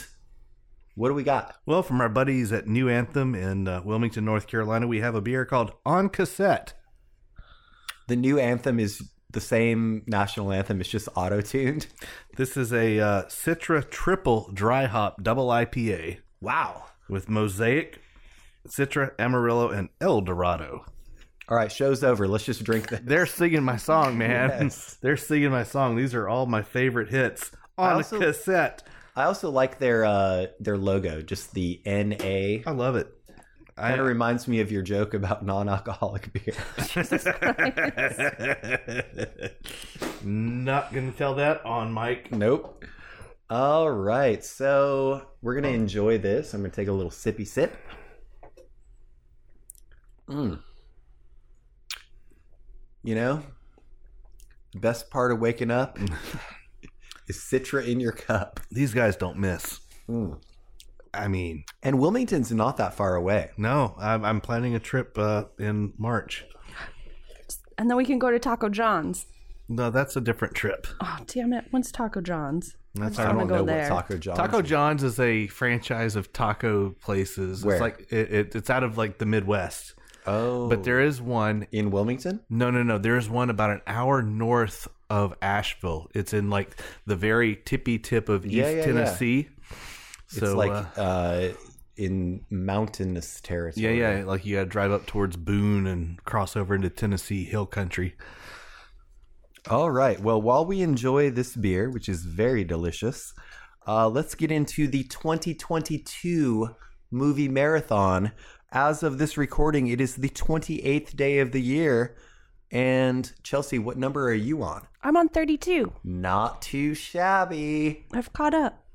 Speaker 2: what do we got?
Speaker 4: Well, from our buddies at New Anthem in uh, Wilmington, North Carolina, we have a beer called On Cassette.
Speaker 2: The new anthem is the same national anthem, it's just auto tuned.
Speaker 4: This is a uh, Citra Triple Dry Hop Double IPA. Wow. With Mosaic, Citra, Amarillo, and El Dorado.
Speaker 2: All right, show's over. Let's just drink the.
Speaker 4: They're singing my song, man.
Speaker 2: Yes.
Speaker 4: They're singing my song. These are all my favorite hits on
Speaker 2: I also-
Speaker 4: a cassette.
Speaker 2: I also like their uh, their logo, just the NA.
Speaker 4: I love it. I,
Speaker 2: Kind of reminds me of your joke about non-alcoholic *laughs* beer.
Speaker 4: *laughs* Not going to tell that on Mike.
Speaker 2: Nope. All right, so we're gonna enjoy this. I'm gonna take a little sippy sip. Mm. You know, the best part of waking up *laughs* is Citra in your cup.
Speaker 4: These guys don't miss.
Speaker 2: Mm.
Speaker 4: I mean,
Speaker 2: And Wilmington's not that far away.
Speaker 4: no, I'm, I'm planning a trip uh, in March.
Speaker 5: And then we can go to Taco John's.
Speaker 4: No, that's a different trip.
Speaker 5: Oh, damn it. When's Taco John's?
Speaker 4: That's
Speaker 2: I
Speaker 4: our
Speaker 2: don't
Speaker 5: go
Speaker 2: know
Speaker 5: there.
Speaker 2: what Taco John's.
Speaker 4: Taco John's is a franchise of taco places.
Speaker 2: Where?
Speaker 4: It's like it, it, it's out of like the Midwest,
Speaker 2: oh,
Speaker 4: but there is one.
Speaker 2: in Wilmington.
Speaker 4: No, no, no. There is one about an hour north of Asheville. It's in like the very tippy tip of
Speaker 2: Yeah,
Speaker 4: East
Speaker 2: yeah, yeah.
Speaker 4: Tennessee. So
Speaker 2: it's like
Speaker 4: uh,
Speaker 2: uh, in mountainous territory.
Speaker 4: yeah, yeah. Like you got to drive up towards Boone and cross over into Tennessee hill country.
Speaker 2: All right. Well, while we enjoy this beer, which is very delicious, uh, let's get into the 2022 movie marathon. As of this recording, it is the 28th day of the year. And Chelsea, what number are you on?
Speaker 5: I'm on 32.
Speaker 2: Not too shabby.
Speaker 5: I've caught up.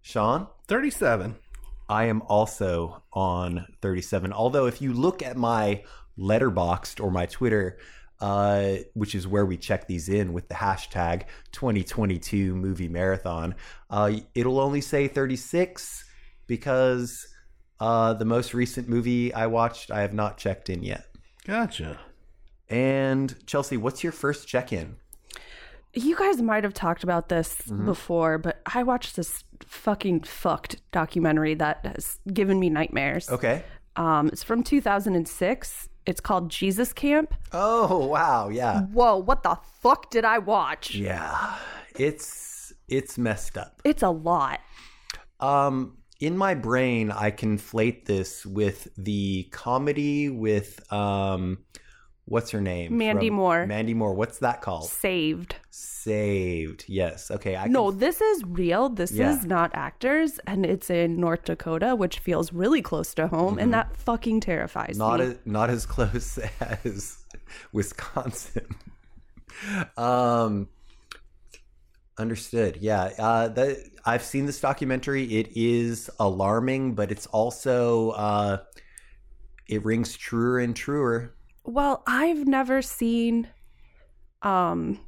Speaker 2: Sean?
Speaker 4: Thirty-seven.
Speaker 2: I am also on 37. Although, if you look at my letterboxed or my Twitter, uh, which is where we check these in with the hashtag 2022 movie marathon, uh, it'll only say 36 because uh, the most recent movie I watched, I have not checked in yet.
Speaker 4: Gotcha.
Speaker 2: And Chelsea, what's your first check in?
Speaker 5: You guys might have talked about this
Speaker 8: Mm-hmm.
Speaker 5: before, but I watched this fucking fucked documentary that has given me nightmares.
Speaker 8: Oh.
Speaker 2: Okay.
Speaker 5: Um, it's from 2006. It's called Jesus Camp.
Speaker 2: Oh, wow. Yeah.
Speaker 5: Whoa, what the fuck did I watch?
Speaker 2: Yeah. It's it's messed up.
Speaker 5: It's a lot.
Speaker 2: Um, in my brain, I conflate this with the comedy with um, what's her name?
Speaker 5: Mandy Moore.
Speaker 2: Mandy Moore. What's that called?
Speaker 5: Saved.
Speaker 2: Saved. Yes. Okay. I
Speaker 5: No,
Speaker 2: Can,
Speaker 5: this is real. This
Speaker 2: Yeah.
Speaker 5: is not actors, and it's in North Dakota, which feels really close to home, and that fucking terrifies
Speaker 2: Mm-hmm. not
Speaker 5: me.
Speaker 2: as, not as *laughs* close as Wisconsin. *laughs* um. Understood. Yeah. Uh, that I've seen this documentary. It is alarming, but it's also uh, it rings truer and truer.
Speaker 5: Well, I've never seen, um,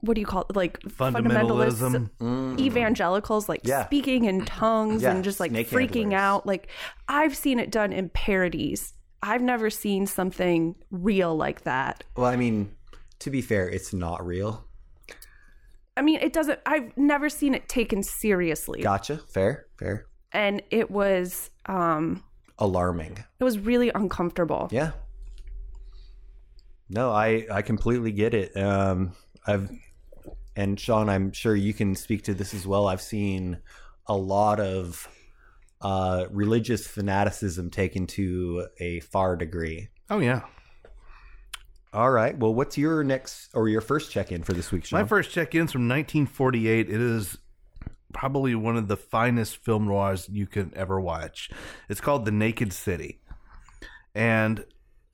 Speaker 5: what do you call it? Like
Speaker 4: Fundamentalism.
Speaker 5: fundamentalists, evangelicals, like
Speaker 2: Mm-hmm. Yeah.
Speaker 5: speaking in tongues
Speaker 2: Yeah,
Speaker 5: and just like
Speaker 2: snake
Speaker 5: freaking
Speaker 2: handlers.
Speaker 5: out. Like I've seen it done in parodies. I've never seen something real like that.
Speaker 2: Well, I mean,
Speaker 7: To be fair, it's not real.
Speaker 5: I mean, it doesn't. I've never seen it taken seriously,
Speaker 7: Gotcha. Fair. Fair.
Speaker 5: and it was um,
Speaker 2: Alarming.
Speaker 5: it was really uncomfortable.
Speaker 2: Yeah. No, I I completely get it. Um, I've and Sean, I'm sure you can speak to this as well. I've seen a lot of uh, religious fanaticism taken to a far degree.
Speaker 4: Oh yeah.
Speaker 2: All right. Well, what's your next or your first check in for this week, Sean?
Speaker 4: My first check in's from 1948. It is probably one of the finest film noirs you can ever watch. It's called The Naked City. And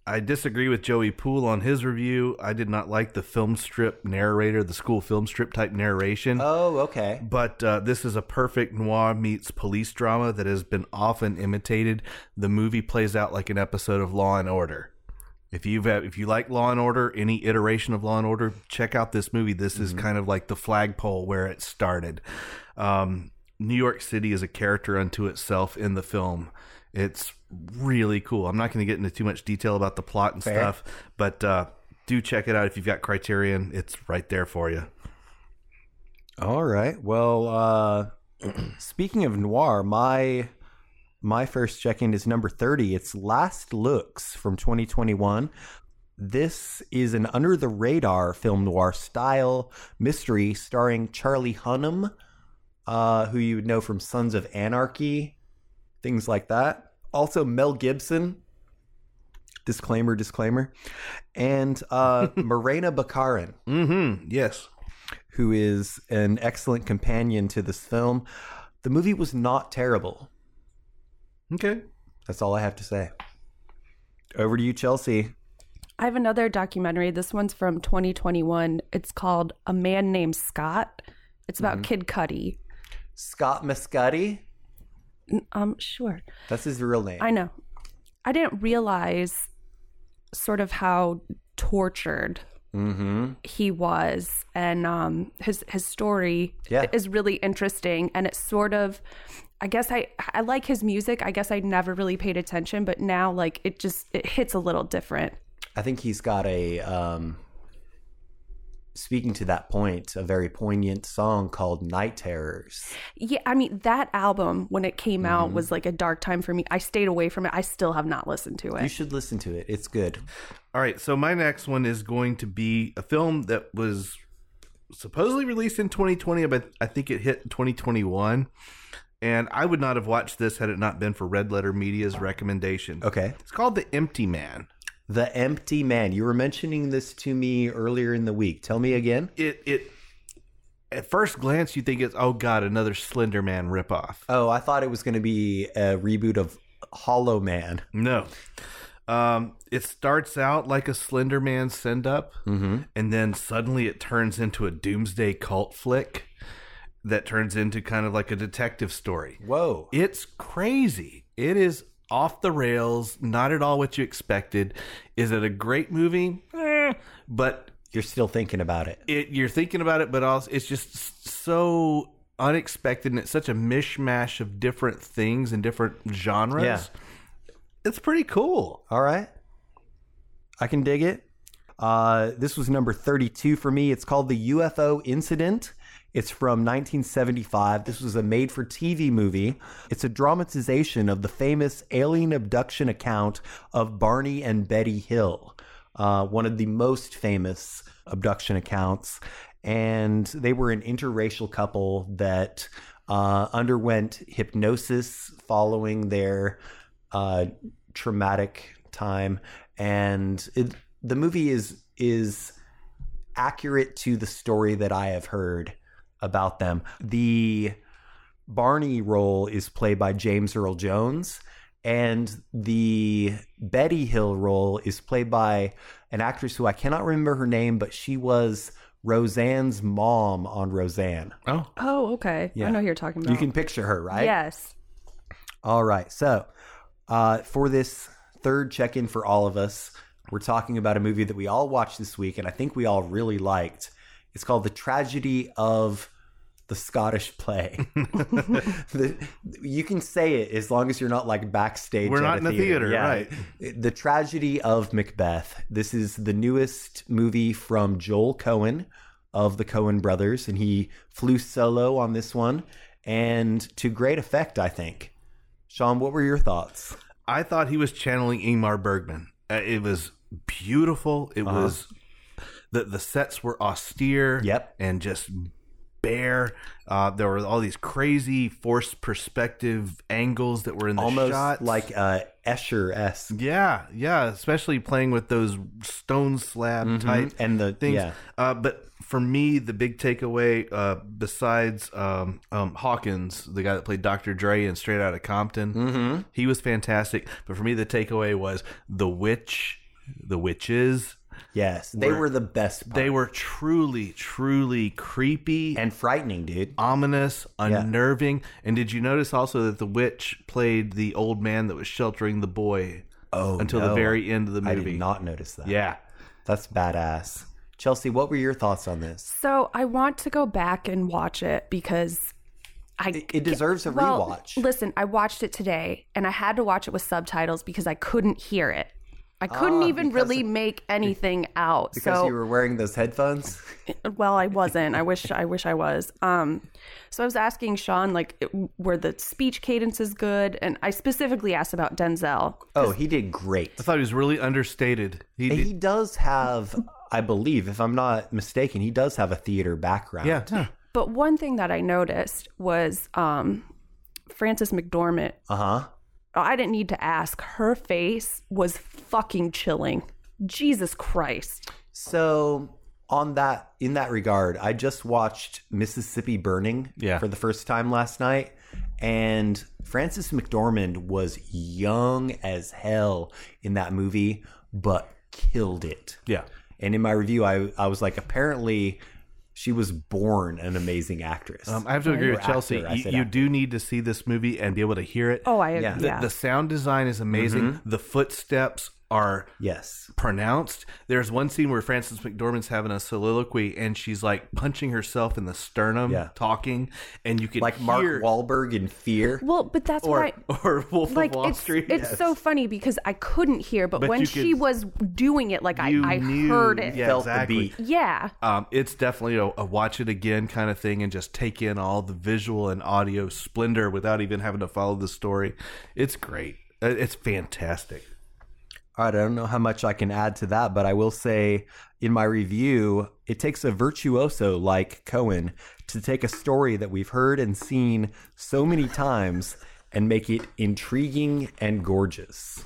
Speaker 4: I disagree with Joey Poole on his review. I did not like the film strip narrator, the school film strip type narration.
Speaker 2: oh, okay.
Speaker 4: But uh, this is a perfect noir meets police drama that has been often imitated. The movie plays out like an episode of Law and Order. If you've uh, if you like Law and Order, any iteration of Law and Order, check out this movie. This is kind of like the flagpole where it started. Um, New York City is a character unto itself in the film. It's really cool. I'm not going to get into too much detail about the plot and stuff, but uh, do check it out if you've got Criterion. It's right there for you.
Speaker 2: All right. Well, uh, speaking of noir, my my first check in is number thirty. It's Last Looks from 2021. This is an under the radar film noir style mystery starring Charlie Hunnam, uh, who you would know from Sons of Anarchy, things like that. Also Mel Gibson. Disclaimer, disclaimer, and uh, Morena Baccarin
Speaker 4: Mm-hmm. Yes.
Speaker 2: who is an excellent companion to this film. The movie was not terrible.
Speaker 4: Okay.
Speaker 2: That's all I have to say. Over to you, Chelsea.
Speaker 5: I have another documentary. This one's from 2021. It's called A Man Named Scott. It's about
Speaker 2: Mm-hmm.
Speaker 5: Kid Cudi.
Speaker 2: Scott Mascati.
Speaker 5: Um, sure.
Speaker 2: That's his real name.
Speaker 5: I know. I didn't realize sort of how tortured
Speaker 2: Mm-hmm.
Speaker 5: he was and um his his story
Speaker 2: Yeah.
Speaker 5: is really interesting and it's sort of I guess I I like his music. I guess I never really paid attention, but now like it just it hits a little different.
Speaker 2: I think he's got a. Um, speaking to that point, a very poignant song called "Night Terrors."
Speaker 5: Yeah, I mean that album when it came out
Speaker 2: Mm-hmm.
Speaker 5: was like a dark time for me. I stayed away from it. I still have not listened to
Speaker 2: You
Speaker 5: it.
Speaker 2: should listen to it. It's good.
Speaker 4: All right, so my next one is going to be a film that was supposedly released in 2020, but I think it hit 2021. And I would not have watched this had it not been for Red Letter Media's recommendation.
Speaker 2: Okay.
Speaker 4: It's called The Empty Man.
Speaker 2: The Empty Man. You were mentioning this to me earlier in the week. Tell me again.
Speaker 4: It it at first glance you think it's oh god, another Slender Man ripoff.
Speaker 2: Oh, I thought it was going to be a reboot of Hollow Man.
Speaker 4: No. Um, it starts out like a Slender Man send up, and then suddenly it turns into a doomsday cult flick that turns into kind of like a detective story.
Speaker 2: Whoa.
Speaker 4: It's crazy. It is off the rails, not at all what you expected. Is it a great movie? Eh, but
Speaker 2: You're still thinking about it.
Speaker 4: it you're thinking about it, but also it's just s- so unexpected and it's such a mishmash of different things and different genres.
Speaker 2: Yeah.
Speaker 4: It's pretty cool.
Speaker 2: All right. I can dig it. Uh, this was number 32 for me. It's called The UFO Incident. It's from 1975. This was a made for TV movie. It's a dramatization of the famous alien abduction account of Barney and Betty Hill, uh, one of the most famous abduction accounts. And they were an interracial couple that uh, underwent hypnosis following their uh, traumatic time, and it, the movie is is accurate to the story that I have heard about them. The Barney role is played by James Earl Jones, and the Betty Hill role is played by an actress who I cannot remember her name, but she was Roseanne's mom on Roseanne.
Speaker 4: Oh.
Speaker 5: Oh, okay.
Speaker 2: Yeah.
Speaker 5: I know who you're talking about.
Speaker 2: You can picture her, right?
Speaker 5: Yes.
Speaker 2: All right. So, uh, for this third check in for all of us, we're talking about a movie that we all watched this week, and I think we all really liked. It's called The Tragedy of the Scottish play.
Speaker 4: *laughs*
Speaker 2: The- you can say it as long as you're not like backstage.
Speaker 4: We're
Speaker 2: at
Speaker 4: not
Speaker 2: a
Speaker 4: in the theater,
Speaker 2: Yeah.
Speaker 4: right.
Speaker 2: The tragedy of Macbeth. This is the newest movie from Joel Cohen of the Cohen brothers, and he flew solo on this one, and to great effect, I think. Sean, what were your thoughts?
Speaker 4: I thought he was channeling Ingmar Bergman. Uh, it was beautiful. It
Speaker 2: Uh-huh.
Speaker 4: was the the sets were austere.
Speaker 2: Yep.
Speaker 4: and just bare. Uh, there were all these crazy forced perspective angles that were in the
Speaker 2: Almost
Speaker 4: shots.
Speaker 2: like uh, Escher esque.
Speaker 4: yeah, yeah, especially playing with those stone slab type
Speaker 2: Mm-hmm. And the
Speaker 4: things.
Speaker 2: yeah,
Speaker 4: Uh, but for me, the big takeaway, uh, besides um, um, Hawkins, the guy that played Dr. Dre in Straight Outta Compton, mm-hmm. he was fantastic. But for me, the takeaway was the witch, the witches.
Speaker 2: yes, they were,
Speaker 4: Were-
Speaker 2: the best. part.
Speaker 4: They were truly, truly creepy
Speaker 2: and frightening, dude.
Speaker 4: ominous, unnerving. And did you notice also that the witch played the old man that was sheltering the boy
Speaker 2: Oh,
Speaker 4: until
Speaker 2: no.
Speaker 4: the very end of the
Speaker 2: I
Speaker 4: movie?
Speaker 2: did not notice that.
Speaker 4: Yeah.
Speaker 2: That's badass. Chelsea, what were your thoughts on this?
Speaker 5: So I want to go back and watch it because I
Speaker 2: It- it deserves a
Speaker 5: well,
Speaker 2: rewatch.
Speaker 5: Listen, I watched it today and I had to watch it with subtitles because I couldn't hear it. I couldn't
Speaker 2: Ah,
Speaker 5: even
Speaker 2: because
Speaker 5: really
Speaker 2: of-
Speaker 5: make anything out.
Speaker 2: Because
Speaker 5: so uh,
Speaker 2: you were wearing those
Speaker 4: *laughs*
Speaker 2: headphones?
Speaker 5: well, I wasn't. I wish I wish I was. Um so I was asking Sean like it- were the speech cadences good and I specifically asked about Denzel.
Speaker 2: Oh, he did great.
Speaker 4: I thought he was really understated. He,
Speaker 2: And
Speaker 4: did-
Speaker 2: he does have, I believe, if I'm not mistaken, he does have a theater background.
Speaker 4: yeah.
Speaker 5: But one thing that I noticed was um Frances McDormand
Speaker 2: Uh
Speaker 4: Uh-huh.
Speaker 2: huh.
Speaker 5: I didn't need to ask. Her face was fucking chilling. Jesus Christ.
Speaker 2: So on that in that regard, I just watched Mississippi Burning
Speaker 4: Yeah.
Speaker 2: for the first time last night and Frances McDormand was young as hell in that movie but killed it.
Speaker 4: Yeah.
Speaker 2: And in my review I I was like apparently she was born an amazing actress.
Speaker 4: Um, I have to agree with
Speaker 2: actor,
Speaker 4: Chelsea.
Speaker 2: I
Speaker 4: you
Speaker 2: said
Speaker 4: you
Speaker 2: actor.
Speaker 4: do need to see this movie and be able to hear it.
Speaker 5: Oh, I
Speaker 2: Yeah.
Speaker 5: yeah.
Speaker 4: the, the sound design is amazing. The footsteps are
Speaker 2: yes.
Speaker 4: pronounced. There's one scene where Frances McDormand's having a soliloquy and she's like punching herself in the sternum,
Speaker 2: Yeah.
Speaker 4: talking, and you can
Speaker 2: Like Mark
Speaker 4: hear,
Speaker 2: Wahlberg in Fear.
Speaker 5: Well, but that's
Speaker 4: or,
Speaker 5: why
Speaker 4: *laughs* or Wolf
Speaker 5: like
Speaker 4: of Wall
Speaker 5: it's
Speaker 4: Street.
Speaker 5: it's so funny because I couldn't hear, but,
Speaker 4: But
Speaker 5: when
Speaker 4: you
Speaker 5: she
Speaker 4: could-
Speaker 5: was doing it like I,
Speaker 4: You
Speaker 5: I
Speaker 4: knew-
Speaker 5: heard it.
Speaker 4: Yeah,
Speaker 2: Felt the
Speaker 4: exactly.
Speaker 2: beat.
Speaker 5: Yeah.
Speaker 4: Um, it's definitely a, a watch it again kind of thing and just take in all the visual and audio splendor without even having to follow the story. It's great. Uh, It's fantastic.
Speaker 2: All right, I don't know how much I can add to that, but I will say in my review, it takes a virtuoso like Cohen to take a story that we've heard and seen so many times and make it intriguing and gorgeous.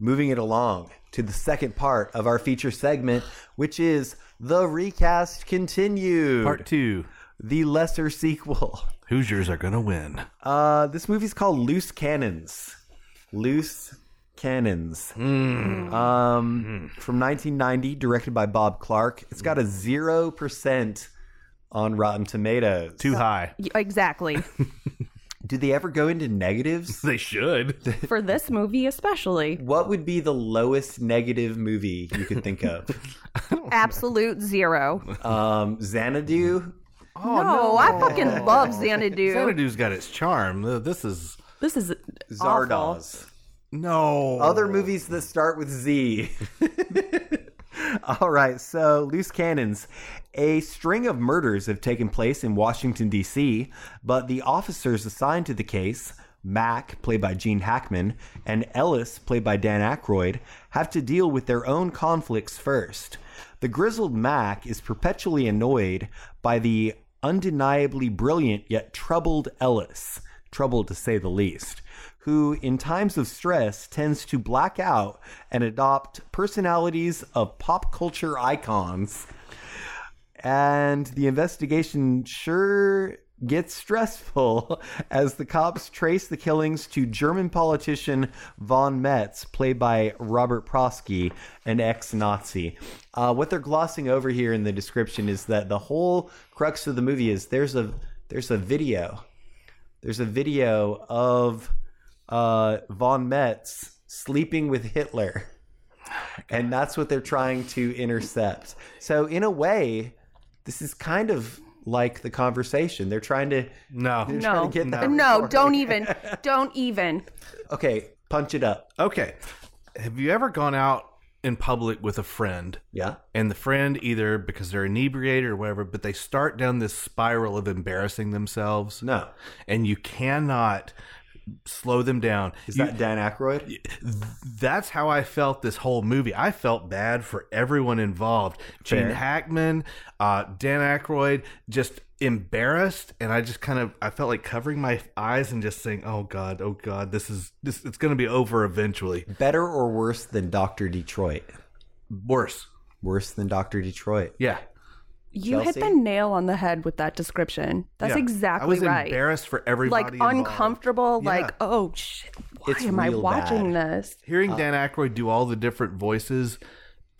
Speaker 2: Moving it along to the second part of our feature segment, which is the recast continued,
Speaker 4: Part two
Speaker 2: the lesser sequel.
Speaker 4: Hoosiers are going to win.
Speaker 2: Uh, this movie's called Loose Cannons. Loose Cannons. Um, From 1990, directed by Bob Clark. It's got a 0% on Rotten Tomatoes.
Speaker 4: Too high.
Speaker 5: Y- Exactly.
Speaker 2: Do they ever go into negatives?
Speaker 4: *laughs* They should.
Speaker 5: For this movie especially.
Speaker 2: what would be the lowest negative movie you could think of?
Speaker 5: Absolute
Speaker 4: Oh,
Speaker 5: zero.
Speaker 2: um, Xanadu?
Speaker 5: no, I fucking
Speaker 4: *laughs*
Speaker 5: love Xanadu.
Speaker 4: *laughs* Xanadu's got its charm. Uh, This is.
Speaker 5: This is
Speaker 2: Zardoz.
Speaker 4: No.
Speaker 2: Other movies that start with Z. All right, so loose cannons. A string of murders have taken place in Washington, D.C., but the officers assigned to the case, Mack, played by Gene Hackman, and Ellis, played by Dan Aykroyd, have to deal with their own conflicts first. The grizzled Mack is perpetually annoyed by the undeniably brilliant yet troubled Ellis, troubled to say the least who in times of stress tends to black out and adopt personalities of pop culture icons. And the investigation sure gets stressful *laughs* as the cops trace the killings to German politician Von Metz, played by Robert Prosky, an ex Nazi. Uh, what they're glossing over here in the description is that the whole crux of the movie is there's a there's a video there's a video of uh, Von Metz sleeping with Hitler. And that's what they're trying to intercept. So, in a way, this is kind of like the conversation. They're trying to
Speaker 4: No.
Speaker 2: they're
Speaker 5: No.
Speaker 2: trying to get that
Speaker 5: No,
Speaker 2: recording.
Speaker 5: don't even.
Speaker 2: *laughs*
Speaker 5: Don't even.
Speaker 2: Okay, punch it up.
Speaker 4: Okay. Have you ever gone out in public with a friend
Speaker 2: Yeah.
Speaker 4: and the friend either because they're inebriated or whatever, but they start down this spiral of embarrassing themselves?
Speaker 2: No.
Speaker 4: And you cannot slow them down.
Speaker 2: Is
Speaker 4: You-
Speaker 2: that Dan Aykroyd?
Speaker 4: that's how I felt this whole movie. I felt bad for everyone involved.
Speaker 2: Fair.
Speaker 4: Gene Hackman, uh, Dan Aykroyd, just embarrassed, and I just kind of I felt like covering my eyes and just saying, "Oh God, oh God, this is this. It's going to be over eventually."
Speaker 2: Better or worse than Doctor Detroit?
Speaker 4: Worse,
Speaker 2: Worse than Doctor Detroit.
Speaker 4: yeah.
Speaker 5: You hit the
Speaker 2: Chelsea?
Speaker 5: nail on the head with that description. That's
Speaker 4: Yeah.
Speaker 5: exactly
Speaker 4: I was
Speaker 5: right.
Speaker 4: embarrassed for everybody.
Speaker 5: Like
Speaker 4: involved.
Speaker 5: uncomfortable,
Speaker 4: Yeah.
Speaker 5: like, oh shit, why
Speaker 2: It's
Speaker 5: am I
Speaker 2: real
Speaker 5: watching this?
Speaker 2: Uh,
Speaker 4: Hearing Dan Aykroyd do all the different voices,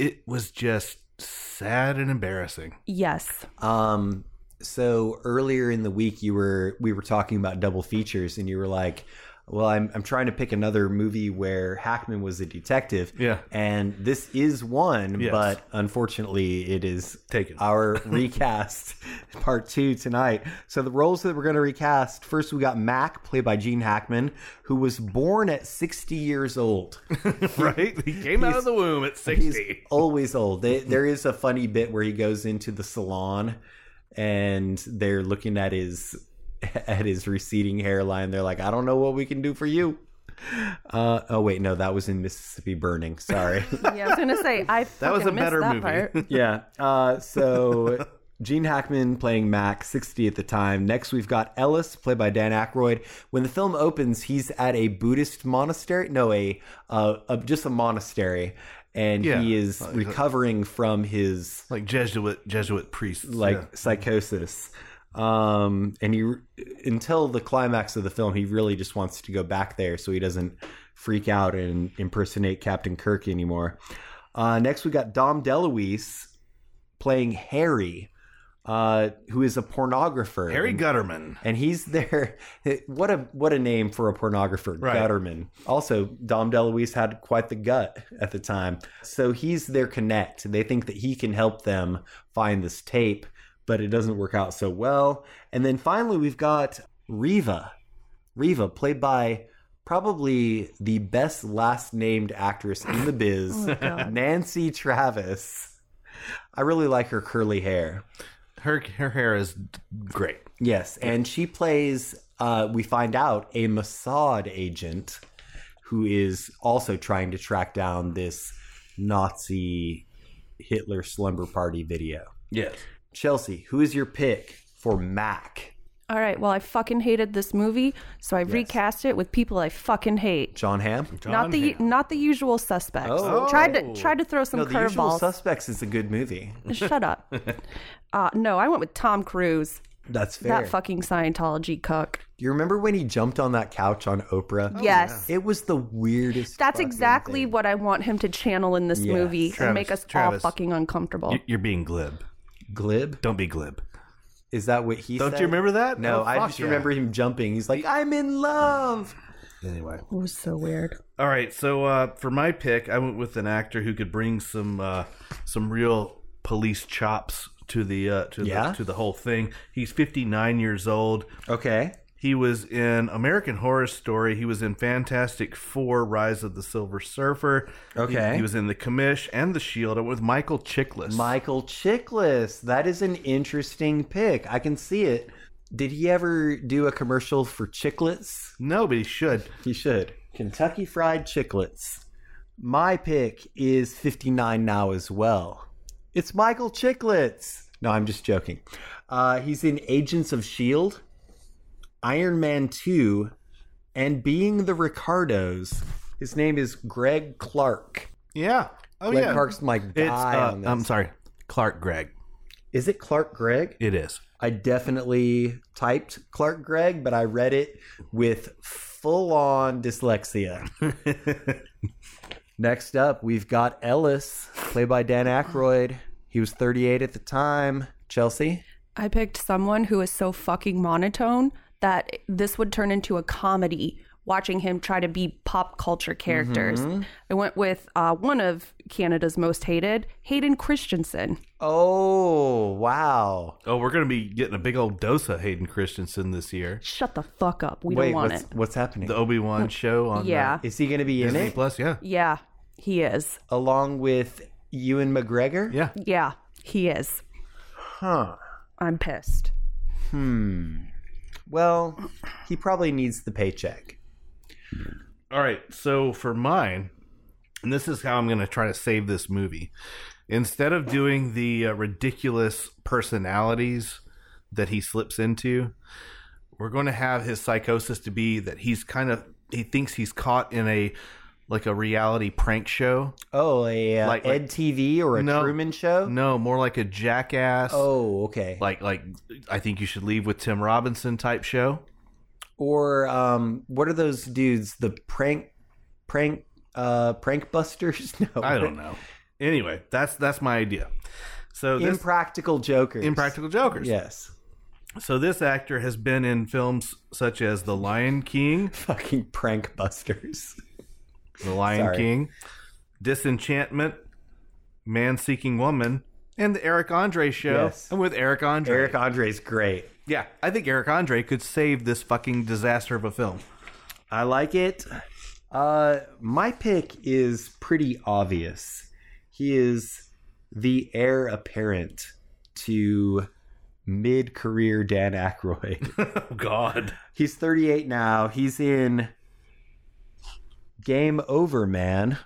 Speaker 4: it was just sad and embarrassing.
Speaker 2: *laughs*
Speaker 5: Yes.
Speaker 2: Um, so earlier in the week, you were we were talking about double features, and you were like, "Well, I'm I'm trying to pick another movie where Hackman was a detective."
Speaker 4: Yeah.
Speaker 2: and this is one,
Speaker 4: Yes.
Speaker 2: but unfortunately, it is
Speaker 4: Taken. *laughs*
Speaker 2: our recast part two tonight. So the roles that we're going to recast first, we got Mac, played by Gene Hackman, who was born at 60 years old.
Speaker 4: *laughs*
Speaker 2: *laughs*
Speaker 4: Right? He came out of the womb at
Speaker 2: He's
Speaker 4: sixty. *laughs*
Speaker 2: always old. They, there is a funny bit where he goes into the salon and they're looking at his *laughs* at his receding hairline. They're like, "I don't know what we can do for you." Uh, oh wait, no, that was in Mississippi Burning. Sorry. *laughs*
Speaker 5: Yeah, I was gonna say I
Speaker 4: That was a
Speaker 5: fucking missed
Speaker 4: better
Speaker 5: that
Speaker 4: movie.
Speaker 5: part.
Speaker 2: yeah. Uh, so Gene Hackman playing Mac, 60 at the time. Next, we've got Ellis, played by Dan Aykroyd. When the film opens, he's at a Buddhist monastery. No, a, uh, a just a monastery. And
Speaker 4: Yeah.
Speaker 2: he is recovering from his
Speaker 4: like Jesuit Jesuit priests.
Speaker 2: like
Speaker 4: yeah.
Speaker 2: psychosis. Um, and he until the climax of the film, he really just wants to go back there so he doesn't freak out and impersonate Captain Kirk anymore. Uh, next, we got Dom DeLuise playing Harry, uh, who is a pornographer.
Speaker 4: Harry
Speaker 2: And-
Speaker 4: Gutterman.
Speaker 2: and he's there. *laughs* What a what a name for a pornographer,
Speaker 4: Right.
Speaker 2: Gutterman. Also, Dom DeLuise had quite the gut at the time. So he's their connect. They think that he can help them find this tape, but it doesn't work out so well. And then finally, we've got Riva. Riva, played by probably the best last named actress in the biz, Nancy Travis. I really like her curly hair.
Speaker 4: Her her hair is great.
Speaker 2: Yes, and she plays. Uh, we find out a Mossad agent who is also trying to track down this Nazi Hitler slumber party video.
Speaker 4: Yes.
Speaker 2: Chelsea, who is your pick for Mac?
Speaker 5: All right, well I fucking hated this movie, so I recast it with people I fucking hate.
Speaker 2: John Hamm.
Speaker 5: not the not the usual suspects.
Speaker 2: Oh.
Speaker 5: Tried to tried to throw some
Speaker 2: No, The Usual
Speaker 5: curveballs.
Speaker 2: Suspects is a good movie.
Speaker 5: *laughs*
Speaker 2: *laughs*
Speaker 5: Shut up. Uh, no, I went with Tom Cruise.
Speaker 2: That's fair.
Speaker 5: That fucking Scientology cuck.
Speaker 2: Do you remember when he jumped on that couch on Oprah?
Speaker 5: yes.
Speaker 2: It was the weirdest.
Speaker 5: That's
Speaker 2: fucking
Speaker 5: exactly
Speaker 2: thing.
Speaker 5: what I want him to channel in this
Speaker 2: Yes.
Speaker 5: movie
Speaker 4: Travis,
Speaker 5: and make us
Speaker 4: Travis.
Speaker 5: all fucking uncomfortable.
Speaker 4: You- You're being glib.
Speaker 2: Oh. glib.
Speaker 4: Don't be glib.
Speaker 2: Is that what he
Speaker 4: Don't
Speaker 2: said?
Speaker 4: you remember that?
Speaker 2: No,
Speaker 4: Oh,
Speaker 2: I
Speaker 4: fuck
Speaker 2: just
Speaker 4: yeah.
Speaker 2: remember him jumping. He's like, "I'm in love."
Speaker 4: Anyway.
Speaker 5: it was so weird.
Speaker 4: All right. So uh, for my pick, I went with an actor who could bring some uh, some real police chops to the uh, to
Speaker 2: Yeah?
Speaker 4: the to the whole thing. He's 59 years old.
Speaker 2: Okay.
Speaker 4: He was in American Horror Story. He was in Fantastic Four: Rise of the Silver Surfer.
Speaker 2: Okay.
Speaker 4: He, he was in The Commish and The Shield. I went with Michael Chiklis.
Speaker 2: Michael Chiklis. That is an interesting pick. I can see it. Did he ever do a commercial for Chiclets?
Speaker 4: No, but he should.
Speaker 2: He should. Kentucky Fried Chiclets. My pick is 59 now as well. It's Michael Chiclets. No, I'm just joking. Uh, he's in Agents of S.H.I.E.L.D., E Iron Man 2, and Being the Ricardos. His name is Greg Clark.
Speaker 4: Yeah. Oh
Speaker 2: Greg
Speaker 4: yeah.
Speaker 2: Clark's my guy
Speaker 4: It's uh,
Speaker 2: on this.
Speaker 4: I'm sorry, Clark Gregg.
Speaker 2: Is it Clark Gregg?
Speaker 4: It is.
Speaker 2: I definitely typed Clark Gregg, but I read it with full on
Speaker 4: *laughs*
Speaker 2: dyslexia. Next up, we've got Ellis, played by Dan Aykroyd. He was 38 at the time. Chelsea?
Speaker 5: I picked someone who is so fucking monotone that this would turn into a comedy watching him try to be pop culture characters.
Speaker 2: Mm-hmm.
Speaker 5: I went with uh, one of Canada's most hated, Hayden Christensen.
Speaker 2: Oh, wow.
Speaker 4: Oh, we're going to be getting a big old dose of Hayden Christensen this year.
Speaker 5: Shut the fuck up. We
Speaker 2: Wait,
Speaker 5: don't want
Speaker 2: what's,
Speaker 5: it.
Speaker 2: what's happening?
Speaker 4: The Obi Wan show on
Speaker 5: Yeah.
Speaker 2: Is he going to be
Speaker 4: uh,
Speaker 2: in
Speaker 4: Disney
Speaker 2: it
Speaker 4: Plus. Yeah,
Speaker 5: Yeah, he is.
Speaker 2: along with Ewan McGregor?
Speaker 4: yeah.
Speaker 5: Yeah, he is.
Speaker 2: Huh.
Speaker 5: I'm pissed.
Speaker 2: Well, he probably needs the paycheck.
Speaker 4: All right, so for mine, and this is how I'm going to try to save this movie. Instead of doing the uh, ridiculous personalities that he slips into, we're going to have his psychosis to be that he's kind of he thinks he's caught in a like a reality prank show.
Speaker 2: Oh, a uh,
Speaker 4: Like- like-
Speaker 2: Ed TV or a
Speaker 4: No.
Speaker 2: Truman Show?
Speaker 4: No, more like a jackass.
Speaker 2: Oh, okay.
Speaker 4: Like like I think you should leave with Tim Robinson type show.
Speaker 2: or um, what are those dudes? The prank, prank, uh, prank busters? *laughs* No,
Speaker 4: I don't know. Anyway, that's that's my idea. So this
Speaker 2: Impractical Jokers.
Speaker 4: impractical jokers.
Speaker 2: Yes. *laughs*
Speaker 4: So this actor has been in films such as The Lion King,
Speaker 2: Fucking prank busters.
Speaker 4: The Lion
Speaker 2: Sorry.
Speaker 4: King, Disenchantment, Man Seeking Woman, and the Eric Andre show.
Speaker 2: Yes.
Speaker 4: And with Eric Andre.
Speaker 2: Eric Andre's great.
Speaker 4: yeah, I think Eric Andre could save this fucking disaster of a film. *laughs*
Speaker 2: I like it. Uh, my pick is pretty obvious. He is the heir apparent to mid career Dan Aykroyd.
Speaker 4: oh god.
Speaker 2: He's 38 now. He's in Game Over Man.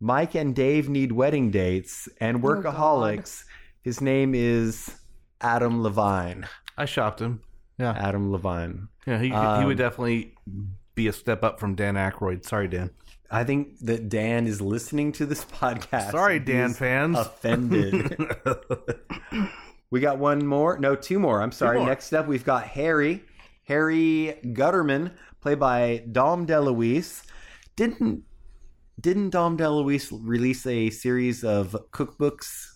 Speaker 2: Mike and Dave need wedding dates and workaholics. His name is Adam Levine.
Speaker 4: I shopped him. Yeah.
Speaker 2: Adam Levine.
Speaker 4: Yeah, he, he
Speaker 2: Um,
Speaker 4: would definitely be a step up from Dan Aykroyd. Sorry, Dan.
Speaker 2: I think that Dan is listening to this *laughs* podcast.
Speaker 4: Sorry, Dan
Speaker 2: He's
Speaker 4: fans. *laughs*
Speaker 2: Offended. *laughs* we got one more. No, two more. I'm sorry.
Speaker 4: more.
Speaker 2: Next up, we've got Harry. Harry Gutterman, played by Dom DeLuise. Didn't didn't Dom DeLuise release a series of cookbooks?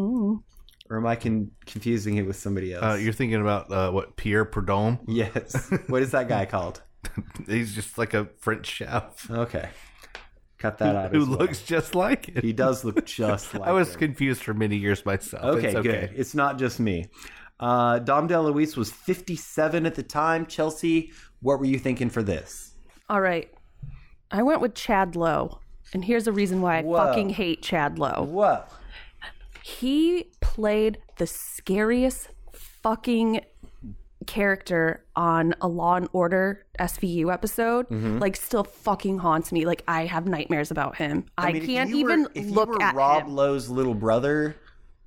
Speaker 2: Or am I con- confusing it with somebody else?
Speaker 4: Uh, you're thinking about uh, what Pierre Prudhomme?
Speaker 2: *laughs* yes. what is that guy called?
Speaker 4: He's just like a French chef
Speaker 2: Okay. Cut that out.
Speaker 4: *laughs* who
Speaker 2: as well.
Speaker 4: looks just like it.
Speaker 2: He does look just like
Speaker 4: *laughs* I was
Speaker 2: him.
Speaker 4: confused for many years myself.
Speaker 2: Okay,
Speaker 4: It's
Speaker 2: good. It's not just me. Uh, Dom DeLuise was 57 at the time. Chelsea, what were you thinking for this?
Speaker 5: All right. I went with Chad Lowe. And here's a reason why I
Speaker 2: Whoa.
Speaker 5: fucking hate Chad Lowe.
Speaker 2: What?
Speaker 5: He played the scariest fucking character on a Law and Order SVU episode.
Speaker 2: Mm-hmm.
Speaker 5: Like, still fucking haunts me. Like, I have nightmares about him. I, can't even
Speaker 2: if
Speaker 5: look
Speaker 2: you were
Speaker 5: at
Speaker 2: Rob
Speaker 5: him.
Speaker 2: Lowe's little brother.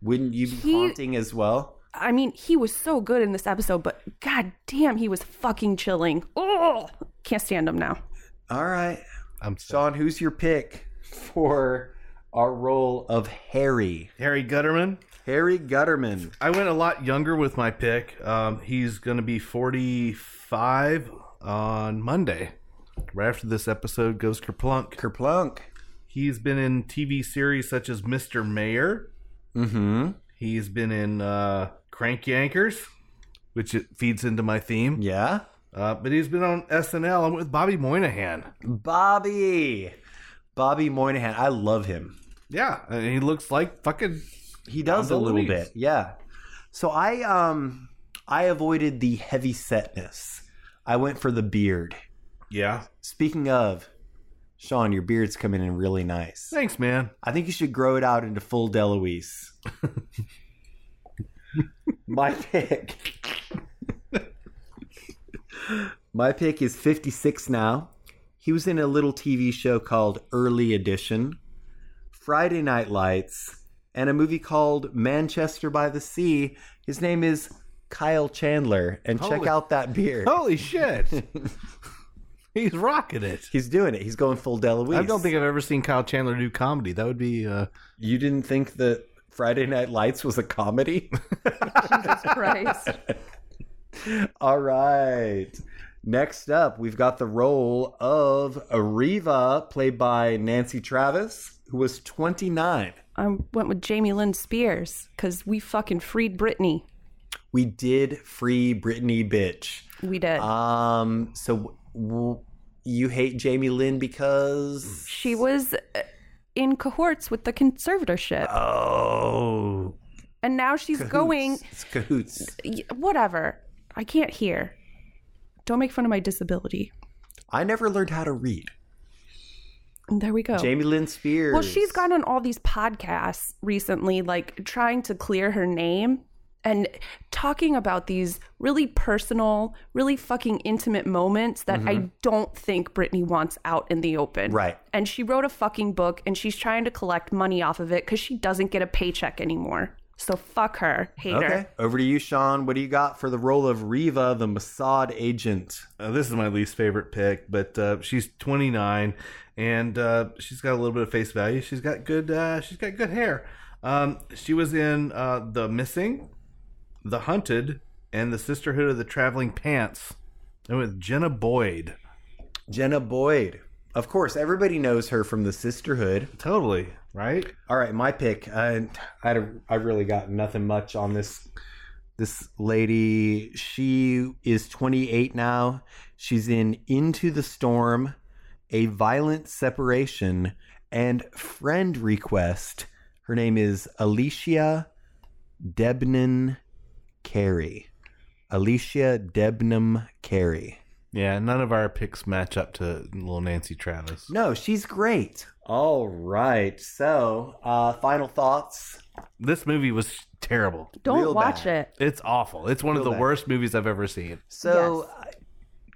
Speaker 2: Wouldn't you be
Speaker 5: He-
Speaker 2: haunting as well?
Speaker 5: I mean, he was so good in this episode, but god damn, he was fucking chilling. Oh, can't stand him now. *laughs*
Speaker 2: All right,
Speaker 4: I'm sorry.
Speaker 2: Sean, who's your pick for our role of Harry?
Speaker 4: Harry Gutterman.
Speaker 2: Harry Gutterman.
Speaker 4: I went a lot younger with my pick. Um, he's going to be 45 on Monday, right after this episode goes kerplunk.
Speaker 2: Kerplunk.
Speaker 4: He's been in TV series such as Mr. Mayor.
Speaker 2: Mm-hmm.
Speaker 4: He's been in uh, Crank Yankers, which it feeds into my theme.
Speaker 2: Yeah.
Speaker 4: Uh, but he's been on SNL. I went with Bobby Moynihan.
Speaker 2: Bobby. Bobby Moynihan. I love him.
Speaker 4: Yeah, and he looks like fucking
Speaker 2: He does a
Speaker 4: Dom
Speaker 2: little
Speaker 4: DeLuise.
Speaker 2: bit, yeah. So I um I avoided the heavy setness. I went for the beard.
Speaker 4: yeah.
Speaker 2: Speaking of, Sean, your beard's coming in really nice.
Speaker 4: Thanks, man.
Speaker 2: I think you should grow it out into full Deloise. *laughs* My pick. My pick is 56 now. He was in a little TV show called Early Edition, Friday Night Lights, and a movie called Manchester by the Sea. His name is Kyle Chandler, and check
Speaker 4: Holy-
Speaker 2: out that beard.
Speaker 4: Holy shit. He's rocking it.
Speaker 2: He's doing it. He's going full Deloise.
Speaker 4: I don't think I've ever seen Kyle Chandler do comedy. That would be uh
Speaker 2: you didn't think that Friday Night Lights was a comedy.
Speaker 5: Christ.
Speaker 2: All right. Next up, we've got the role of Riva, played by Nancy Travis, who was 29.
Speaker 5: I went with Jamie Lynn Spears because we fucking freed Britney.
Speaker 2: We did free Britney, bitch.
Speaker 5: We did.
Speaker 2: Um, so w- w- you hate Jamie Lynn because
Speaker 5: She was uh, in cohorts with the conservatorship.
Speaker 2: Ah. oh,
Speaker 5: and now she's going,
Speaker 2: it's cahoots.
Speaker 5: y- whatever. I can't hear. Don't make fun of my disability.
Speaker 2: I never learned how to read.
Speaker 5: And there we go.
Speaker 2: Jamie Lynn Spears.
Speaker 5: Oh. Well, she's gone on all these podcasts recently, like trying to clear her name and talking about these really personal, really fucking intimate moments that I don't think Britney wants out in the open.
Speaker 2: Mm-hmm. Right.
Speaker 5: And she wrote a fucking book and she's trying to collect money off of it because she doesn't get a paycheck anymore. So fuck her. Hate
Speaker 2: Okay,
Speaker 5: her.
Speaker 2: over to you, Sean. What do you got for the role of Riva, the Mossad agent?
Speaker 4: Uh, this is my least favorite pick, but uh, she's 29 and uh, she's got a little bit of face value. She's got good. Uh, she's got good hair. Um, she was in uh, The Missing, The Hunted, and The Sisterhood of the Traveling Pants, and with Jenna Boyd.
Speaker 2: Jenna Boyd. Of course, everybody knows her from the Sisterhood.
Speaker 4: Totally right.
Speaker 2: All right, my pick. Uh, I had a, I really got nothing much on this this lady. She is 28 now. She's in Into the Storm, A Violent Separation, and Friend Request. Her name is Alicia Debnam Carey. Alicia Debnam Carey.
Speaker 4: Yeah, none of our picks match up to little Nancy Travis.
Speaker 2: No, she's great. All right. So, uh, final thoughts.
Speaker 4: This movie was terrible.
Speaker 5: Don't
Speaker 2: Real
Speaker 5: watch
Speaker 2: bad.
Speaker 5: it.
Speaker 4: It's awful. It's one of
Speaker 2: Feel
Speaker 4: the
Speaker 2: that.
Speaker 4: worst movies I've ever seen.
Speaker 2: So, I-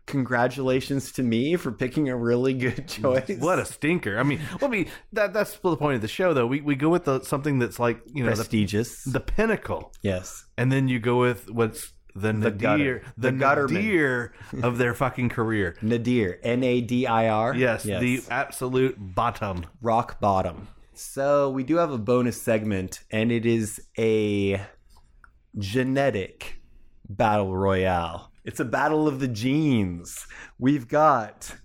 Speaker 2: congratulations to me for picking a really good *laughs* choice.
Speaker 4: What a stinker! I mean, well, I mean that that's the point of the show, though. We we go with the, something that's like you know the,
Speaker 2: prestigious.
Speaker 4: the pinnacle,
Speaker 2: yes.
Speaker 4: and then you go with what's the nadir,
Speaker 2: gutter.
Speaker 4: the,
Speaker 2: The gutterman.
Speaker 4: *laughs* nadir of their fucking career.
Speaker 2: Nadir, N A D I R.
Speaker 4: Yes, the absolute bottom.
Speaker 2: rock bottom. So, we do have a bonus segment, and it is a genetic battle royale. It's a battle of the genes. We've got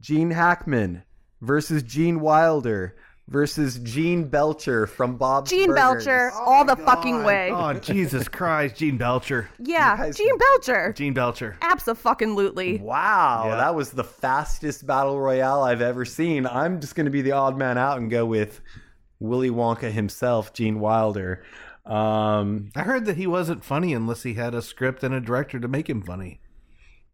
Speaker 2: Gene Hackman versus Gene Wilder versus Gene Belcher from Bob's
Speaker 3: Gene
Speaker 2: Burgers.
Speaker 3: Belcher all the fucking way.
Speaker 4: Oh Jesus Christ, Gene Belcher,
Speaker 3: yeah,
Speaker 2: guys-
Speaker 3: Gene Belcher.
Speaker 4: Gene Belcher.
Speaker 5: Absolutely.
Speaker 2: Wow,
Speaker 4: Yeah.
Speaker 2: that was the fastest battle royale I've ever seen. I'm just going to be the odd man out and go with Willy Wonka himself, Gene Wilder. Um,
Speaker 4: I heard that he wasn't funny unless he had a script and a director to make him funny.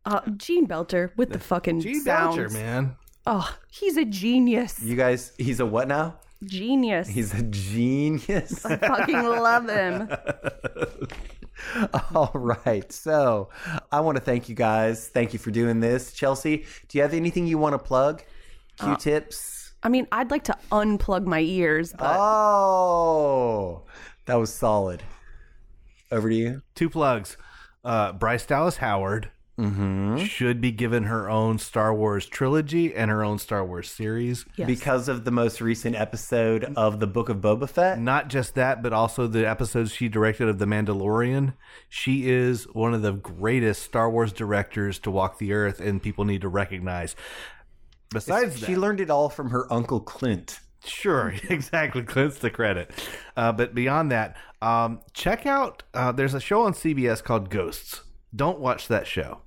Speaker 5: Uh, Gene Belter with the fucking
Speaker 4: Gene
Speaker 5: sounds.
Speaker 4: Belcher, man.
Speaker 5: Oh, he's a genius.
Speaker 2: you guys, he's a what now? *laughs*
Speaker 5: Genius.
Speaker 2: He's a
Speaker 4: *laughs*
Speaker 2: genius. *laughs*
Speaker 5: fucking love him.
Speaker 2: All right, so I want to thank you guys. Thank you for doing this, Chelsea. Do you have anything you want to plug?
Speaker 4: Uh,
Speaker 2: Q-tips.
Speaker 5: I mean, I'd like to unplug my ears,
Speaker 4: uh,
Speaker 2: Uh,
Speaker 5: but
Speaker 2: oh, that was solid. Over to you.
Speaker 4: Two plugs. Uh, Bryce Dallas Howard should be given her own Star Wars trilogy and her own Star Wars series.
Speaker 5: Yes.
Speaker 2: Because of the most recent episode of the Book of Boba Fett.
Speaker 4: Not just that, but also the episodes she directed of The Mandalorian. She is one of the greatest Star Wars directors to walk the earth, and people need to recognize. Besides that,
Speaker 2: she learned it all from her uncle Clint.
Speaker 4: Sure, *laughs* exactly. Clint's the credit. Uh, but beyond that, um, check out uh, there's a show on CBS called Ghosts. Don't watch that show.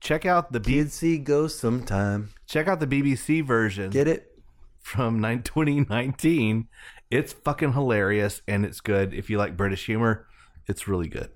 Speaker 4: Check out the B-
Speaker 2: You'd see ghosts sometime.
Speaker 4: check out the BBC version
Speaker 2: Get it?
Speaker 4: from *laughs* 9 2019. It's fucking hilarious and it's good. If you like British humor, it's really good.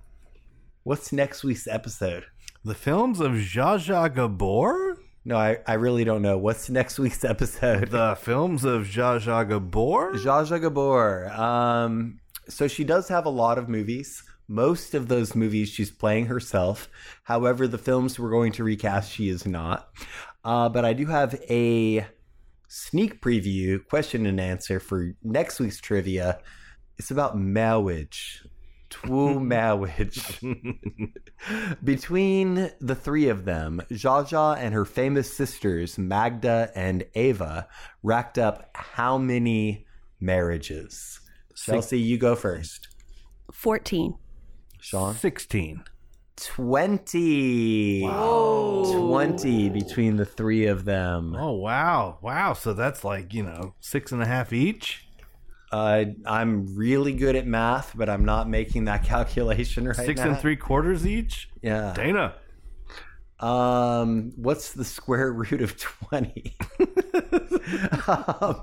Speaker 2: What's next week's episode?
Speaker 4: The films of Zsa Zsa Gabor.
Speaker 2: No, I, I really don't know. What's next week's episode?
Speaker 4: The films of Zsa Zsa Gabor.
Speaker 2: Zsa Zsa Gabor. Um, so she does have a lot of movies. Most of those movies she's playing herself. However, the films we're going to recast, she is not. Uh, but I do have a sneak preview question and answer for next week's trivia. It's about marriage, true marriage. Between the three of them, Zsa Zsa and her famous sisters, Magda and Ava, racked up how many marriages? Chelsea, you go first.
Speaker 5: 14.
Speaker 2: Sean?
Speaker 4: 16.
Speaker 2: 20. 20 between the three of them.
Speaker 4: Oh, wow. Wow. So that's like, you know, six and a half each.
Speaker 2: Uh, I'm really good at math, but I'm not making that *laughs* calculation right
Speaker 4: six
Speaker 2: now.
Speaker 4: and three quarters each.
Speaker 2: Yeah.
Speaker 4: Dana,
Speaker 2: Um, what's the square root of 20? *laughs* um,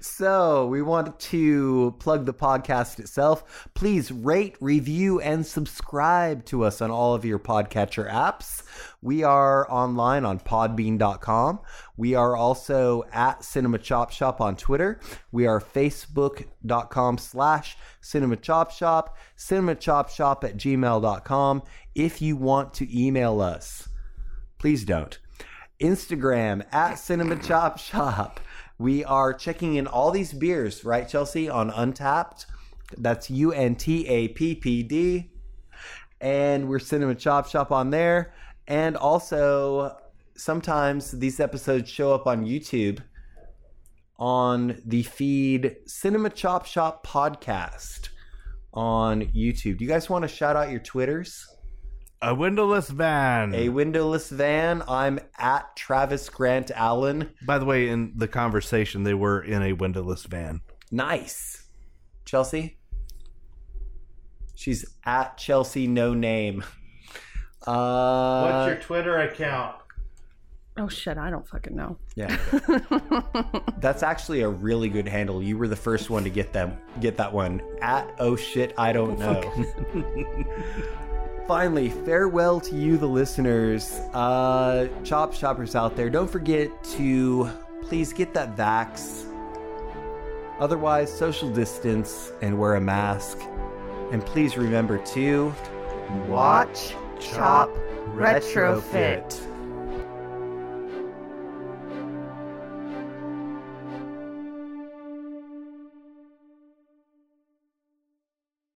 Speaker 2: so, we want to plug the podcast itself. Please rate, review, and subscribe to us on all of your podcatcher apps. We are online on podbean.com. We are also at Cinema Chop Shop on Twitter. We are facebook.com slash Cinema Chop Shop, cinemachopshop at gmail.com. If you want to email us, please don't. Instagram at Cinema Chop Shop. We are checking in all these beers, right, Chelsea, on Untapped. That's U N T A P P D. And we're Cinema Chop Shop on there. And also, sometimes these episodes show up on YouTube on the feed Cinema Chop Shop Podcast on YouTube. Do you guys want to shout out your Twitters?
Speaker 4: A windowless van.
Speaker 2: A windowless van. I'm at Travis Grant Allen.
Speaker 4: By the way, in the conversation, they were in a windowless van.
Speaker 2: Nice. Chelsea? She's at Chelsea No Name. Uh,
Speaker 4: Twitter account?
Speaker 5: Oh shit, I don't fucking know.
Speaker 2: *laughs* yeah. That's actually a really good handle. You were the first one to get them get that one. At oh shit, I don't know. *laughs* Finally, farewell to you the listeners. Uh chop shoppers out there. Don't forget to please get that vax. Otherwise, social distance and wear a mask. And please remember to
Speaker 3: Watch, chop, retrofit.